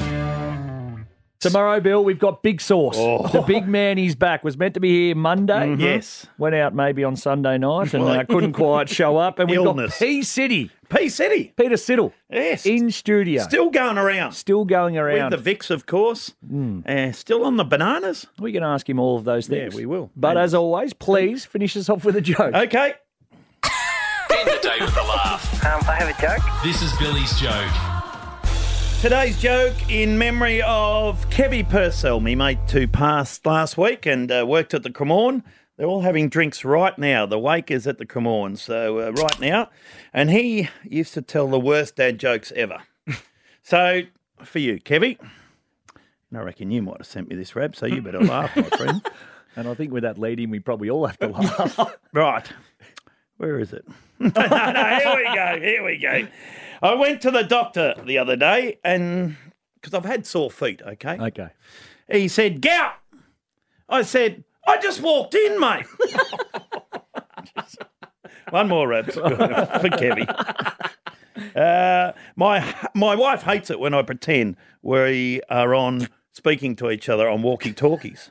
H: Tomorrow, Bill, we've got Big Sauce.
F: Oh.
H: The big man, he's back. Was meant to be here Monday.
F: Mhm. Yes.
H: Went out maybe on Sunday night and
F: Well,
H: uh, couldn't quite show up. And we've
F: illness.
H: got P City.
F: P City.
H: Peter Siddle.
F: Yes.
H: In studio.
F: Still going around.
H: Still going around.
F: With the Vicks, of course. Uh, still on the bananas.
H: We can ask him all of those
F: Yeah,
H: things.
F: we will.
H: But as always, please finish us off with a joke.
F: Okay.
C: End the day with a laugh. Um, I have a joke. This is Billy's joke.
F: Today's joke in memory of Kevy Purcell, me mate who passed last week and uh, worked at the Cremorne. They're all having drinks right now. The wake is at the Cremorne, so uh, right now. And he used to tell the worst dad jokes ever. so for you, Kevy, and I reckon you might have sent me this rap, so you better laugh, my friend.
H: And I think with that lead in, we probably all have to laugh.
F: Right. Where is it? no, no, here we go. Here we go. I went to the doctor the other day and because I've had sore feet, okay?
H: Okay.
F: He said, Gout. I said, I just walked in, mate. One more rap for Kevy. Uh, my my wife hates it when I pretend we are on speaking to each other on walkie talkies.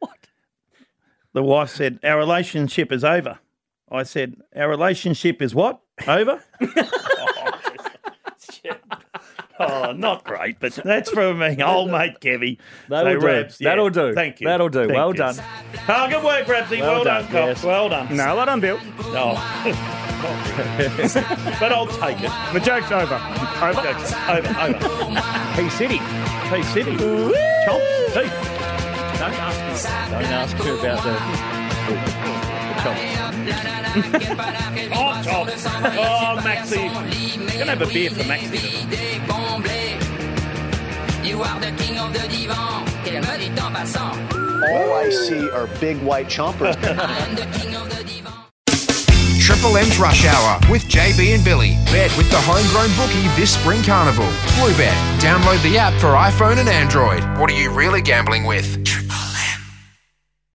F: what? The wife said, Our relationship is over. I said, Our relationship is what? Over? oh, not great, but that's from me, old mate Kevy.
H: That'll do.
F: Rabs, yeah,
H: That'll do.
F: Thank you.
H: That'll do.
F: Thank
H: Well
F: you.
H: done.
F: Oh, good work, Rabsy. Well,
H: Well
F: done,
H: done,
F: Cops.
H: yes.
F: Well done.
J: No, well done, Bill.
F: Oh. but I'll take it.
J: The joke's over. Over.
F: over. Over.
H: P City.
F: P City. Chomps. Hey.
H: Don't ask her. Don't ask her about the.
F: Oh, Chomps. Oh, Maxi. Gonna have a beer for Maxi.
C: You are the king of the divan. Quel mode est en passant.
N: All I see are big white chompers.
M: Triple M's Rush Hour with JB and Billy. Bet with the homegrown bookie this spring carnival. Bluebet. Download the app for iPhone and Android. What are you really gambling with?